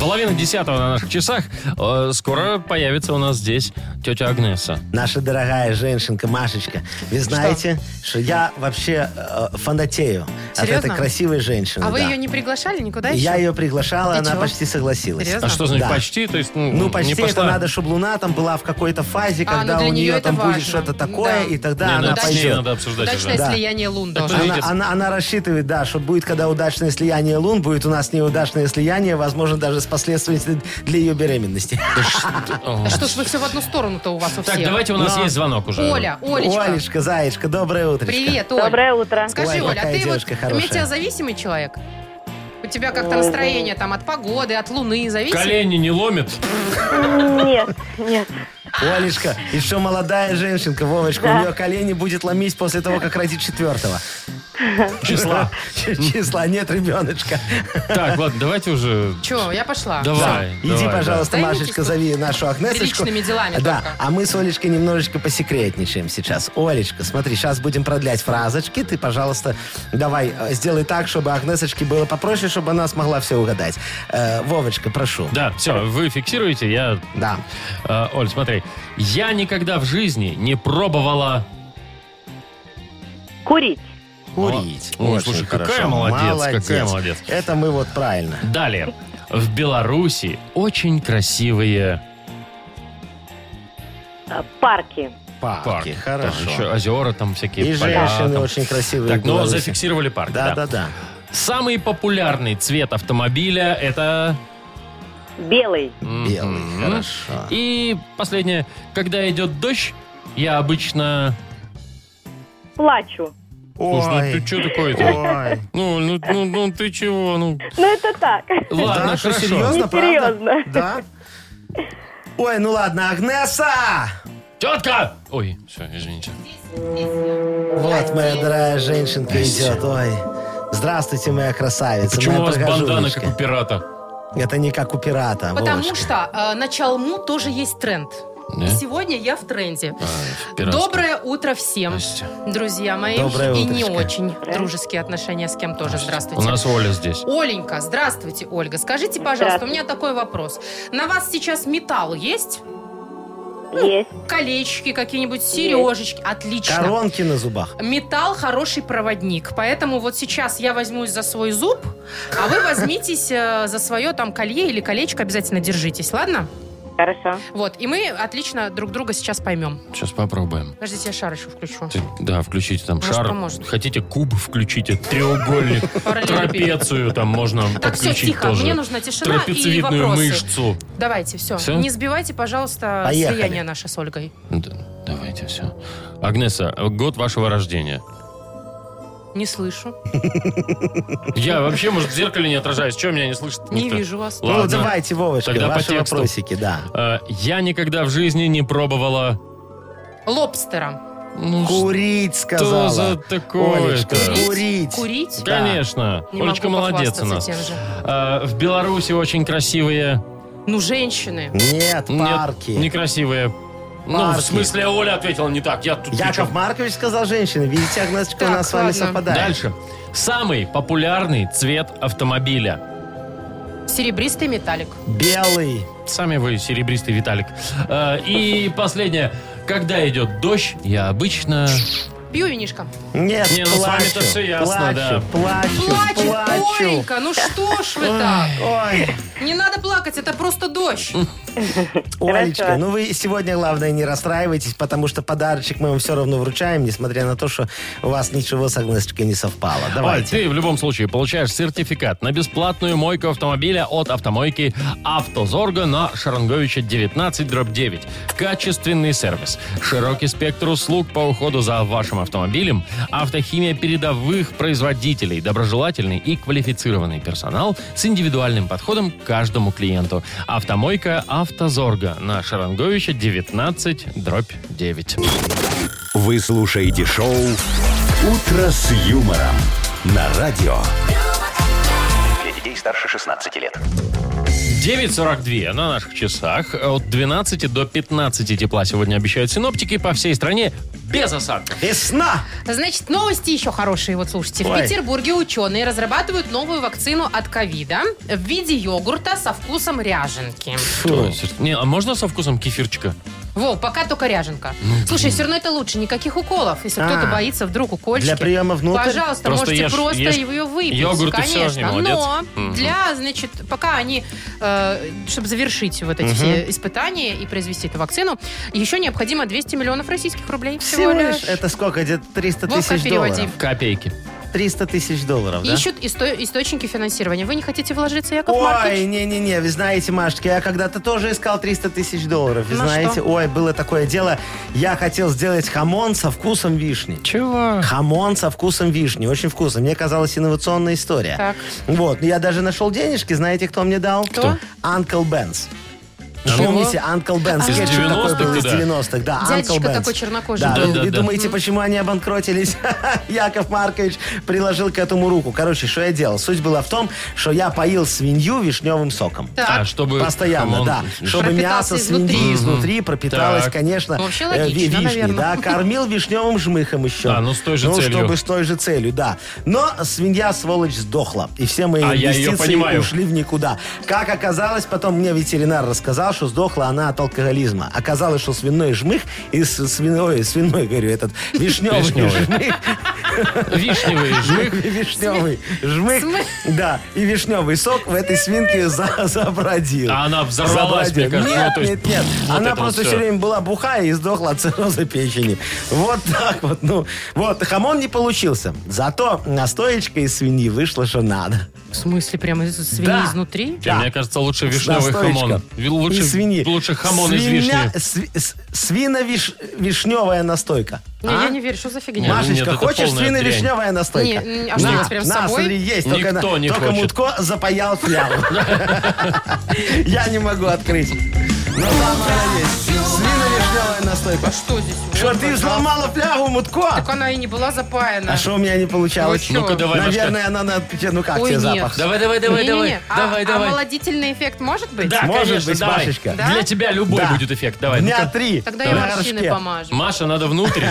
A: Половина десятого на наших часах. Э, Скоро появится у нас здесь тетя Агнеса.
B: Наша дорогая женщинка Машечка, вы знаете, что, я вообще э, фанатею от
C: Серьезно?
B: этой красивой женщины.
C: А вы
B: да.
C: ее не приглашали никуда еще?
B: Я ее приглашала,
C: И
B: она
C: чё?
B: почти согласилась.
C: Серьезно?
A: А что значит
B: Да.
A: почти? То есть, ну,
B: Ну,
A: не
B: почти это
A: пошла.
B: надо, чтобы Луна там была в какой-то фазе,
C: А, ну,
B: когда
C: для
B: у
C: нее
B: нее
C: это
B: там будет
C: важно.
B: что-то такое,
C: Да.
B: и тогда
A: Не, ну
B: она
A: надо, с ней
B: пойдет.
A: надо обсуждать
C: Удачное
A: уже.
B: Да.
C: слияние лун
A: Так,
C: должно
B: Она,
A: Видите?
B: она- она рассчитывает, да, что будет, когда удачное слияние лун, будет у нас неудачное слияние, возможно, даже с последствиями для ее беременности.
C: Да что ж вы все в одну сторону-то у вас у
A: Так,
C: всех?
A: давайте у нас
B: Но-
A: есть звонок уже.
C: Оля, Олечка.
B: Ну, Олечка, Заечка, доброе утро.
C: Привет, Оль.
H: Доброе утро.
C: Скажи,
B: Ой,
C: Оля, а
B: какая
C: ты вот
B: девушка хорошая.
C: метеозависимый человек? У тебя как-то настроение там от погоды, от луны зависит?
A: Колени не ломит.
H: Нет, нет.
B: Олечка, еще молодая женщинка, Вовочка,
H: Да.
B: у нее колени будет ломить после того, как родит четвертого. Числа. Числа, нет, ребеночка.
A: Так, ладно, давайте уже.
C: Че, я пошла.
A: Давай.
B: Иди,
A: давай,
B: пожалуйста,
C: Займитесь
B: Машечка,
C: тут
B: зови нашу Агнесочку.
C: приличными делами
B: Да,
C: только.
B: а мы с Олечкой немножечко посекретничаем сейчас. Олечка, смотри, сейчас будем продлять фразочки. Ты, пожалуйста, давай э, сделай так, чтобы Агнесочке было попроще, чтобы она смогла все угадать. Э, Вовочка, прошу.
A: Да, все, вы фиксируете, я...
B: Да.
A: Э, Оль, смотри. Я никогда в жизни не пробовала...
H: Курить.
B: Курить.
A: Ой,
B: Очень
A: слушай, какая
B: хорошо.
A: молодец, какая молодец.
B: Это мы вот правильно.
A: Далее. В Беларуси очень красивые
H: А, Парки.
B: Парки.
A: парки.
B: Хорошо.
A: Там еще озера там всякие.
B: И
A: поля
B: женщины
A: там.
B: очень красивые.
A: Так,
B: в
A: ну,
B: Беларуси.
A: зафиксировали парк, да.
B: Да, да, да.
A: Самый популярный цвет автомобиля это...
H: Белый.
A: м,
B: Белый.
A: м.
B: Хорошо.
A: И последнее. Когда идет дождь, я обычно...
H: Плачу.
A: Слушай, ну ты
B: Ой.
A: что такое-то?
B: Ой.
A: Ну, ну, ну, ну, ты чего? Ну,
I: Ну, это так.
A: [LAUGHS] ладно,
B: Да, что,
A: хорошо.
B: серьезно, правда?
I: Серьезно.
B: Да? Ой, ну ладно, Агнеса!
A: Тетка! Ой, все, извините.
B: Вот моя дорогая женщинка идет, ой. Здравствуйте, моя красавица.
A: Почему у
B: моя
A: вас бандана,
B: прогажулечка.
A: как у пирата?
B: Это не как у пирата,
C: Потому
B: Вовочка.
C: что э, на чалму тоже есть тренд.
A: Да?
C: И Сегодня я в тренде.
A: А, в пиратском.
C: Доброе утро всем,
A: Здрасте.
C: друзья мои.
B: Доброе
C: и не
B: утречко.
C: очень дружеские отношения с кем тоже. Здравствуйте.
A: У нас Оля здесь.
C: Оленька, здравствуйте, Ольга. Скажите, пожалуйста, у меня такой вопрос. На вас сейчас металл есть?
I: Есть.
C: Колечки какие-нибудь, сережечки? Отлично.
B: Коронки на зубах.
C: Металл хороший проводник, поэтому вот сейчас я возьмусь за свой зуб, а вы возьмитесь э, за свое там колье или колечко, обязательно держитесь, ладно?
I: Хорошо.
C: Вот, и мы отлично друг друга сейчас поймем.
A: Сейчас попробуем.
C: Подождите, я шарочку включу.
A: Ты- да, включите там
C: Может,
A: шар.
C: поможет.
A: Хотите куб, включите треугольник,
C: Параллелепипед.
A: трапецию там можно
C: Так, все,
A: подключить
C: тихо,
A: тоже.
C: мне нужна тишина и
A: Трапециевидную
C: вопросы.
A: мышцу.
C: Давайте, все.
A: Всё?
C: Не сбивайте, пожалуйста,
B: Поехали.
C: слияние наше с Ольгой.
A: Ну Да, давайте все. Агнеса, год вашего рождения.
C: Не слышу,
A: Я вообще, может, в зеркале не отражаюсь. Чего меня не слышит?
C: не
A: никто?
C: вижу вас.
A: Ладно.
B: Ну, давайте, Вовочка,
A: Тогда по
B: ваши
A: тексту.
B: вопросики, да.
A: Э, Я никогда в жизни не пробовала...
C: Лобстера.
A: Ну,
B: Курить,
A: что
B: сказала.
A: за
B: Олечка,
A: такое-то?
B: курить.
C: Курить?
B: Да.
A: Конечно.
C: Не
A: Олечка
C: могу
A: молодец у
C: похвастаться
A: нас.
C: тем же.
A: Э, В Беларуси очень красивые...
C: Ну, женщины.
B: Нет,
A: Нет,
B: парки.
A: некрасивые. Ну, в
B: Парки.
A: смысле, Оля ответила не так. Я тут...
B: Яков
A: причем-
B: Маркович сказал женщины. Видите, Агнесочка, у
C: Так,
B: нас с вами
C: ладно.
B: совпадает.
A: Дальше. Самый популярный цвет автомобиля.
C: Серебристый металлик.
B: Белый.
A: Сами вы серебристый Виталик. Э, И последнее. Когда идет дождь, я обычно...
C: Пью винишко.
B: Нет,
A: Не, ну, с
B: плачу.
A: вами-то всё ясно,
B: плачу,
A: да.
B: Плачу,
C: Плачет
B: плачу.
C: Оленька, ну что ж вы так?
B: Ой,
C: Не надо плакать, это просто дождь.
B: Олечка,
I: Хорошо.
B: ну вы сегодня, главное, не расстраивайтесь, потому что подарочек мы вам все равно вручаем, несмотря на то, что у вас ничего с Агнесочкой не совпало. Давайте.
A: Ой, ты в любом случае получаешь сертификат на бесплатную мойку автомобиля от автомойки «Автозорга» на Шаранговича 19, дробь 9. Качественный сервис. Широкий спектр услуг по уходу за вашим автомобилем, автохимия передовых производителей, доброжелательный и квалифицированный персонал с индивидуальным подходом к каждому клиенту. Автомойка «Автозорга» на Шаранговича 19, дробь 9.
D: Вы слушаете шоу «Утро с юмором» на радио.
G: Для детей старше 16 лет.
A: 9.42 на наших часах. От 12 до 15 тепла сегодня обещают синоптики по всей стране без осадков.
B: Весна!
C: Значит, новости еще хорошие. Вот слушайте.
B: Ой.
C: В Петербурге ученые разрабатывают новую вакцину от ковида в виде йогурта со вкусом ряженки.
A: Что? Не, а можно со вкусом кефирчика?
C: Во, пока только ряженка.
A: Ну,
C: Слушай, все равно это лучше. Никаких уколов. Если
B: А.
C: кто-то боится вдруг укольчики.
B: Для приема внутрь?
C: Пожалуйста,
A: Просто
C: можете
A: ешь-
C: просто
A: ешь
C: ее выпить.
A: йогурт и всё,
C: конечно.
A: не молодец.
C: Но
A: Мгм.
C: для, значит, пока они, э, чтобы завершить вот эти все испытания и произвести эту вакцину, еще необходимо 200 миллионов российских рублей всего,
B: Всего лишь.
C: лишь.
B: Это сколько? Где-то 300
C: Вовка,
B: тысяч
C: переводи.
B: долларов.
A: Копейки.
B: 300 тысяч долларов, да?
C: Ищут исто- источники финансирования. Вы не хотите вложиться, Яков
B: Ой,
C: Маркович?
B: не-не-не, вы знаете, Машечка, я когда-то тоже искал 300 тысяч долларов, вы
C: На
B: знаете?
C: Ну что?
B: Ой, было такое дело, я хотел сделать хамон со вкусом вишни.
A: Чего?
B: Хамон со вкусом вишни, очень вкусно. Мне казалась инновационная история.
C: Так.
B: Вот, я даже нашел денежки, знаете, кто мне дал?
C: Кто?
B: Анкл Бенс.
A: Да ну?
B: Помните, Анкл Бенс?
A: Из 90-х,
B: был из
A: да.
B: 90-х, да,
C: Дядечка
B: Uncle Ben's.
C: такой чернокожий.
B: Да,
A: Да,
B: вы-
A: да,
B: вы
A: да.
B: думаете, почему они обанкротились? [LAUGHS] Яков Маркович приложил к этому руку. Короче, что я делал? Суть была в том, что я поил свинью вишневым соком.
C: Так.
A: А, чтобы...
B: Постоянно,
A: хамон-
B: да. Чтобы
C: Пропитался
B: мясо свиньи
C: изнутри.
B: изнутри пропиталось,
A: Так.
B: конечно,
C: Ну, вообще
B: э, ви-
C: логично,
B: вишней,
C: наверное.
B: да. Кормил вишневым жмыхом еще.
A: А, ну, с той же
B: Ну,
A: целью.
B: чтобы с той же целью, да. Но свинья, сволочь, сдохла. И все мои
A: А, я ее
B: инвестиции
A: понимаю.
B: ушли в никуда. Как оказалось, потом мне ветеринар рассказал, что сдохла она от алкоголизма. Оказалось, что свиной жмых и с- свиной, свиной, говорю, этот, вишневый
A: Вишневый.
B: жмых
A: Вишневый
B: [LAUGHS]
A: жмых.
B: и вишневый жмых,
C: Смы-
B: да, и вишневый сок в этой свинке за- забродил.
A: А она взорвалась,
B: Забродил.
A: мне кажется.
B: Нет,
A: Ну, то есть,
B: нет, нет.
A: вот это
B: она
A: вот
B: просто
A: всё.
B: все время была бухая и сдохла от цирроза печени. Вот так вот, ну. Вот, хамон не получился. Зато настоечка из свиньи вышла, что надо.
C: В смысле, прямо из свиньи
B: Да.
C: изнутри?
A: Чем,
B: Да.
A: Мне кажется, лучше вишневый хамон. Ви- Лучше,
B: из свиньи.
A: лучше хамон из
B: Свиня-
A: вишни.
B: сви- с- Свино-вишневая настойка.
C: Не,
B: А?
C: я не верю, что за фигня?
A: Нет,
B: Машечка,
A: это
B: хочешь
A: полная
B: свино-вишневая настойка?
C: Не, не, а что,
B: На,
C: это прям с
B: на,
C: собой?
B: смотри, есть. Только,
A: Никто
B: на-
A: не
B: только
A: хочет.
B: Мутко запаял фиал. [LAUGHS] Я не могу открыть. Но там она есть. Свино-вишневая настойка.
C: А Что здесь?
B: Черт,
C: Вот,
B: ты
C: пожалуйста.
B: взломала флягу, Мутко!
C: Так она и не была запаяна.
B: А что у меня не получалось?
C: Ну,
A: Ну-ка,
C: Всё.
A: давай,
B: Наверное, она на... Ну как
C: Ой,
B: тебе
C: нет.
B: запах?
A: Давай, давай, давай,
C: Не-не-не.
A: давай.
C: А-
A: Давай,
C: а
A: давай.
C: молодительный эффект может быть?
A: Да,
B: Может
A: конечно,
B: быть,
A: давай.
B: Машечка.
C: Да?
A: Для тебя любой
B: Да.
A: будет эффект. Давай.
B: Дня
A: ну-ка.
B: три.
C: Тогда я
B: На
C: морщины
B: рожке.
C: помажу.
A: Маша, надо внутрь.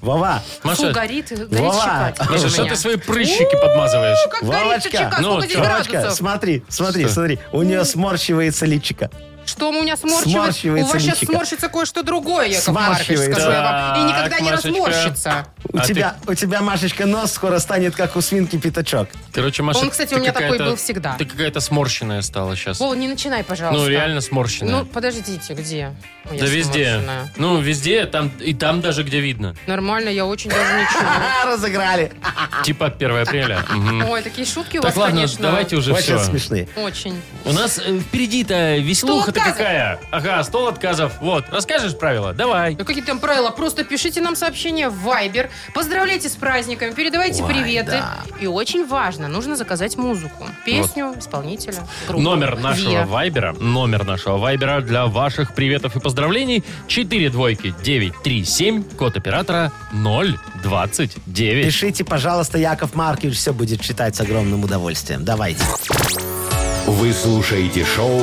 B: Вова,
C: Фу,
A: Маша,
C: горит, горит
B: Вова.
C: щека теперь
A: Маша,
C: у
A: что
C: меня.
A: ты свои прыщики подмазываешь?
C: Фу, как горит
B: Вовочка.
C: щека,
A: Ну,
C: сколько здесь
B: Вовочка,
C: градусов?
B: смотри, смотри, смотри. У нее сморщивается личико.
C: Что у меня сморщивается?
B: Сморщивается
C: у вас сейчас
B: личико.
C: сморщится кое-что другое, Яков Маркович,
B: Сморщивается.
C: скажу я вам. И
A: Так,
C: никогда не
A: Машечка.
C: разморщится.
B: У,
A: А ты-
B: тебя, у тебя, Машечка, нос скоро станет, как у свинки пятачок.
A: Короче, Маша,
C: Он, кстати, у
A: ты
C: меня такой
A: какая-то-
C: был всегда.
A: Ты какая-то сморщенная стала сейчас.
C: Вол, не начинай, пожалуйста.
A: Ну, реально
C: Ну,
A: сморщенная.
C: подождите, где? Я
A: Да везде.
C: сморщенная.
A: Ну, везде, там и там даже, где видно.
C: Нормально, я очень даже ничего.
B: А, разыграли.
A: Типа 1
C: [LAUGHS]
A: апреля. Мгм.
C: А. Ой, такие шутки у вас,
A: Так, ладно,
C: конечно.
A: давайте уже
B: Очень
A: все.
B: смешные.
C: Очень.
A: У нас э, впереди-то веселуха-то
C: отказов.
A: какая. Ага, стол отказов. Вот, расскажешь правила? Давай.
C: Ну какие там правила? Просто пишите нам сообщение в Viber, поздравляйте с праздниками, передавайте приветы. И очень важно, нужно заказать музыку, песню, исполнителя, группу.
A: Номер нашего
C: Виа.
A: вайбера, номер нашего вайбера для ваших приветов и поздравлений 4 двойки 937, код оператора 029.
B: Пишите, пожалуйста, Яков Маркович все будет читать с огромным удовольствием. Давайте.
D: Вы слушаете шоу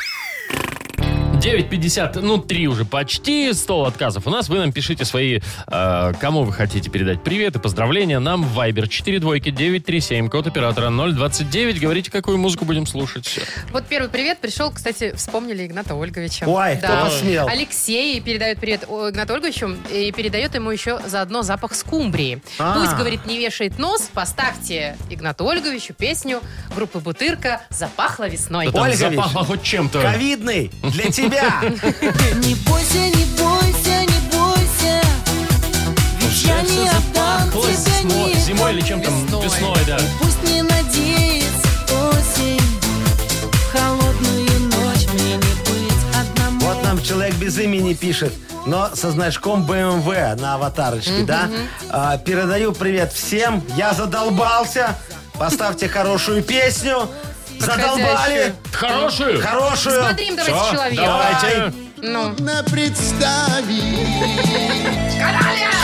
A: 9.50, ну 3 уже почти, стол отказов у нас. Вы нам пишите свои, э, кому вы хотите передать привет и поздравления. Нам в Viber 4 двойки 937, код оператора 029. Говорите, какую музыку будем слушать.
C: Вот первый привет пришел, кстати, вспомнили Игната Ольговича.
B: Ой,
C: Да.
B: кто посмел?
C: Алексей передает привет о, Игнату Ольговичу и передает ему еще заодно запах скумбрии.
B: А.
C: Пусть, говорит, не вешает нос, поставьте Игнату Ольговичу песню группы «Бутырка» «Запахло весной».
A: Да там
B: Ольга
A: запахло хоть чем-то.
B: Ковидный
A: [LAUGHS]
B: для тебя.
J: Не бойся, не бойся, не бойся. Ведь я не отдам
A: Ой,
J: тебя
A: зимой- Зимой
J: никому.
A: или чем там? Весной, да.
J: Пусть не надеется осень. В холодную ночь мне не быть одному.
B: Вот нам человек без имени пишет, но со значком BMW на аватарочке, да? А, Передаю привет всем. Я задолбался. Поставьте хорошую песню. Задолбали.
C: Подходящую.
A: Хорошую.
B: Хорошую.
C: Смотрим, давайте,
A: Всё,
C: человека.
A: Давайте.
C: Ну.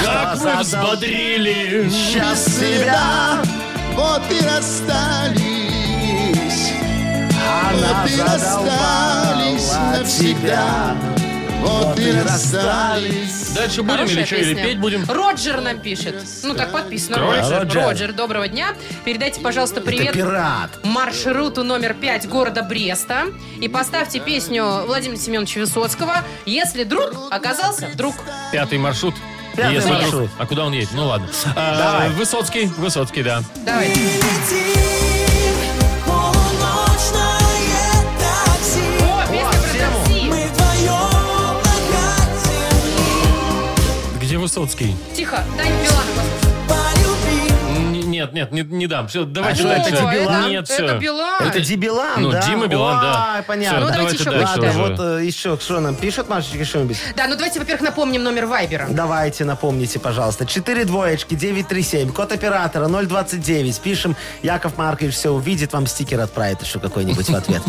A: Как вы
B: задал?
A: взбодрили.
B: Сейчас себя.
J: Вот и расстались,
B: Она
J: Вот и расстались
B: задолбала тебя.
J: навсегда.
B: Вот и расстались.
A: Дальше будем
C: Хорошая
A: или что, или
C: песня.
A: петь будем?
C: Роджер нам пишет. Ну, так подписано.
A: Кролик?
B: Роджер.
C: Роджер, доброго дня. Передайте, пожалуйста,
B: Ты
C: привет
B: пират.
C: маршруту номер 5 города Бреста. И поставьте песню Владимира Семеновича Высоцкого «Если друг оказался друг».
A: Пятый маршрут.
B: Пятый
A: Если вдруг-
B: маршрут.
A: А куда он едет? Ну ладно. А,
B: Давай.
A: Высоцкий, Высоцкий, да.
C: Давайте.
J: полуночное такси.
C: О, песня про такси.
J: Мы вдвоем накатим,
A: Где Высоцкий?
C: Тихо, Таня Биланова.
J: полюбим.
A: Н- Нет, нет, не, не дам. Все, давайте
B: А что
A: дальше.
B: это, Билан?
A: Нет,
C: это
A: все.
C: Билан.
B: Это Дибилан,
A: Ну,
B: да?
A: Дима Билан, да.
B: Ой,
A: Всё,
C: Ну,
B: понятно.
C: давайте
A: давайте
C: еще
A: дальше
C: Ладно,
A: уже.
B: вот э, еще, что нам пишет, Машечка, что-нибудь?
C: Да, ну давайте, во-первых, напомним номер Вайбера.
B: Давайте, напомните, пожалуйста. 4 двоечки, 937, код оператора 029. Пишем, Яков Маркович все увидит, вам стикер отправит еще какой-нибудь в
J: [LAUGHS]
B: ответ.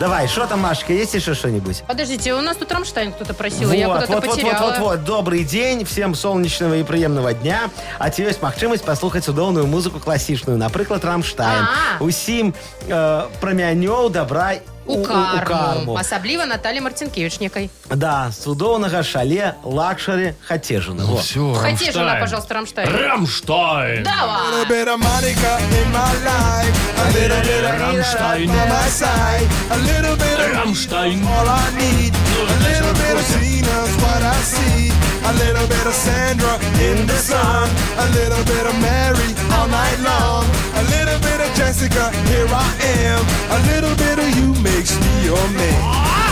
B: Давай, что там, Машечка, есть еще что-нибудь?
C: Подождите, у нас тут Рамштайн кто-то просил,
B: Вот,
C: я куда-то
B: вот, вот,
C: потеряла.
B: вот, вот, вот. Добрый день, всем солнечного и приємного дня. А ці ось можливість послухати судовну музику класичну, наприклад, Рамштайн.
C: А.
B: Усім е, промяньов, добра і-
C: У, карму.
B: у карму.
C: Особливо Наталья Мартинкевич некой.
B: Да, судовного шале, лакшери, хотежина. Во.
A: Все,
C: Хотите жена, пожалуйста, Рамштайн.
A: Рамштайн.
C: Давай.
A: Рамштайн. Рамштайн.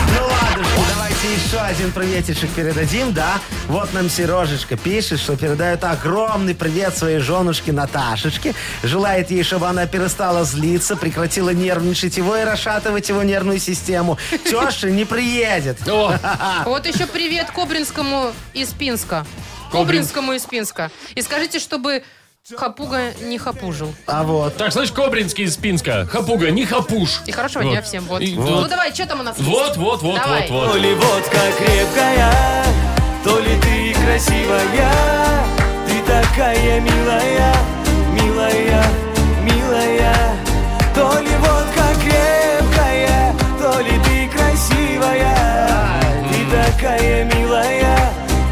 B: Ну ладушки, давайте еще один приветишек передадим, да? Вот нам Сережечка пишет, что передает огромный привет своей женушке Наташечке. Желает ей, чтобы она перестала злиться, прекратила нервничать его и расшатывать его нервную систему. Теша не приедет.
C: А Вот еще привет Кобринскому из Пинска.
A: Кобрин-
C: Кобринскому из Пинска. И скажите, чтобы хапуга не хапужил.
B: А вот.
A: Так, слышь, Кобринский из Пинска. Хапуга, не хапуш.
C: И хорошего
A: Вот.
C: дня всем. Вот.
A: И
C: Ну
A: вот.
C: давай, что там у нас есть?
A: Вот, вот, вот,
C: Давай.
A: вот, вот.
K: ли водка крепкая, то ли ты красивая, ты такая милая, милая, милая. То ли водка крепкая, то ли ты красивая, ты такая милая,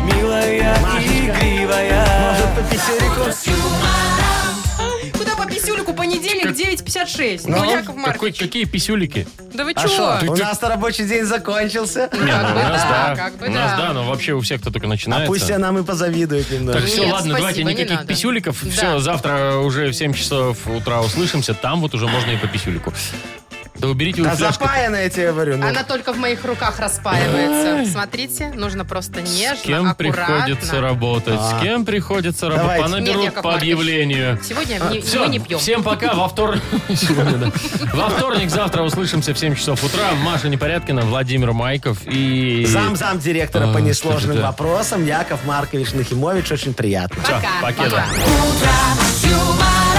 K: милая и игривая. Может,
B: по
C: Куда по писюлику? Понедельник, 9.56. Ну,
A: Ну,
C: Яков Марк,
A: какой- какие писюлики?
C: да вы
B: А
C: чего?
B: что, у нас-то рабочий день закончился.
A: Не, ну, у нас да,
C: как бы
A: у нас
C: да.
A: да, но вообще у всех, кто только
B: А
A: начинается.
B: пусть она нам и позавидует немного.
A: Так, все,
C: Нет,
A: ладно, давайте
C: спасибо, не
A: никаких
C: надо.
A: писюликов.
C: Да.
A: Все, завтра уже в 7 часов утра услышимся. Там вот уже можно и по писюлику. Да уберите вы
B: Да
A: фляжку.
B: запаяна, А я тебе говорю. ну.
C: Она только в моих руках распаивается. Смотрите, нужно просто нежно,
A: С кем
C: аккуратно.
A: приходится работать? С кем приходится работать?
B: А. Давайте.
C: Нет,
A: Понаберут
C: Яков
A: по
C: Маркович.
A: объявлению.
C: Сегодня не-
A: А, Всё,
C: мы не пьем.
A: Всем пока. Во вторник... [LAUGHS] Сегодня, да. Во вторник, завтра услышимся в 7 часов утра. Маша Непорядкина, Владимир Майков и...
B: Зам-зам директора
A: А,
B: по
A: что
B: несложным
A: это?
B: вопросам Яков Маркович Нахимович. Очень приятно.
C: Пока.
A: Пока.
C: Пока.
J: Утро с юмором.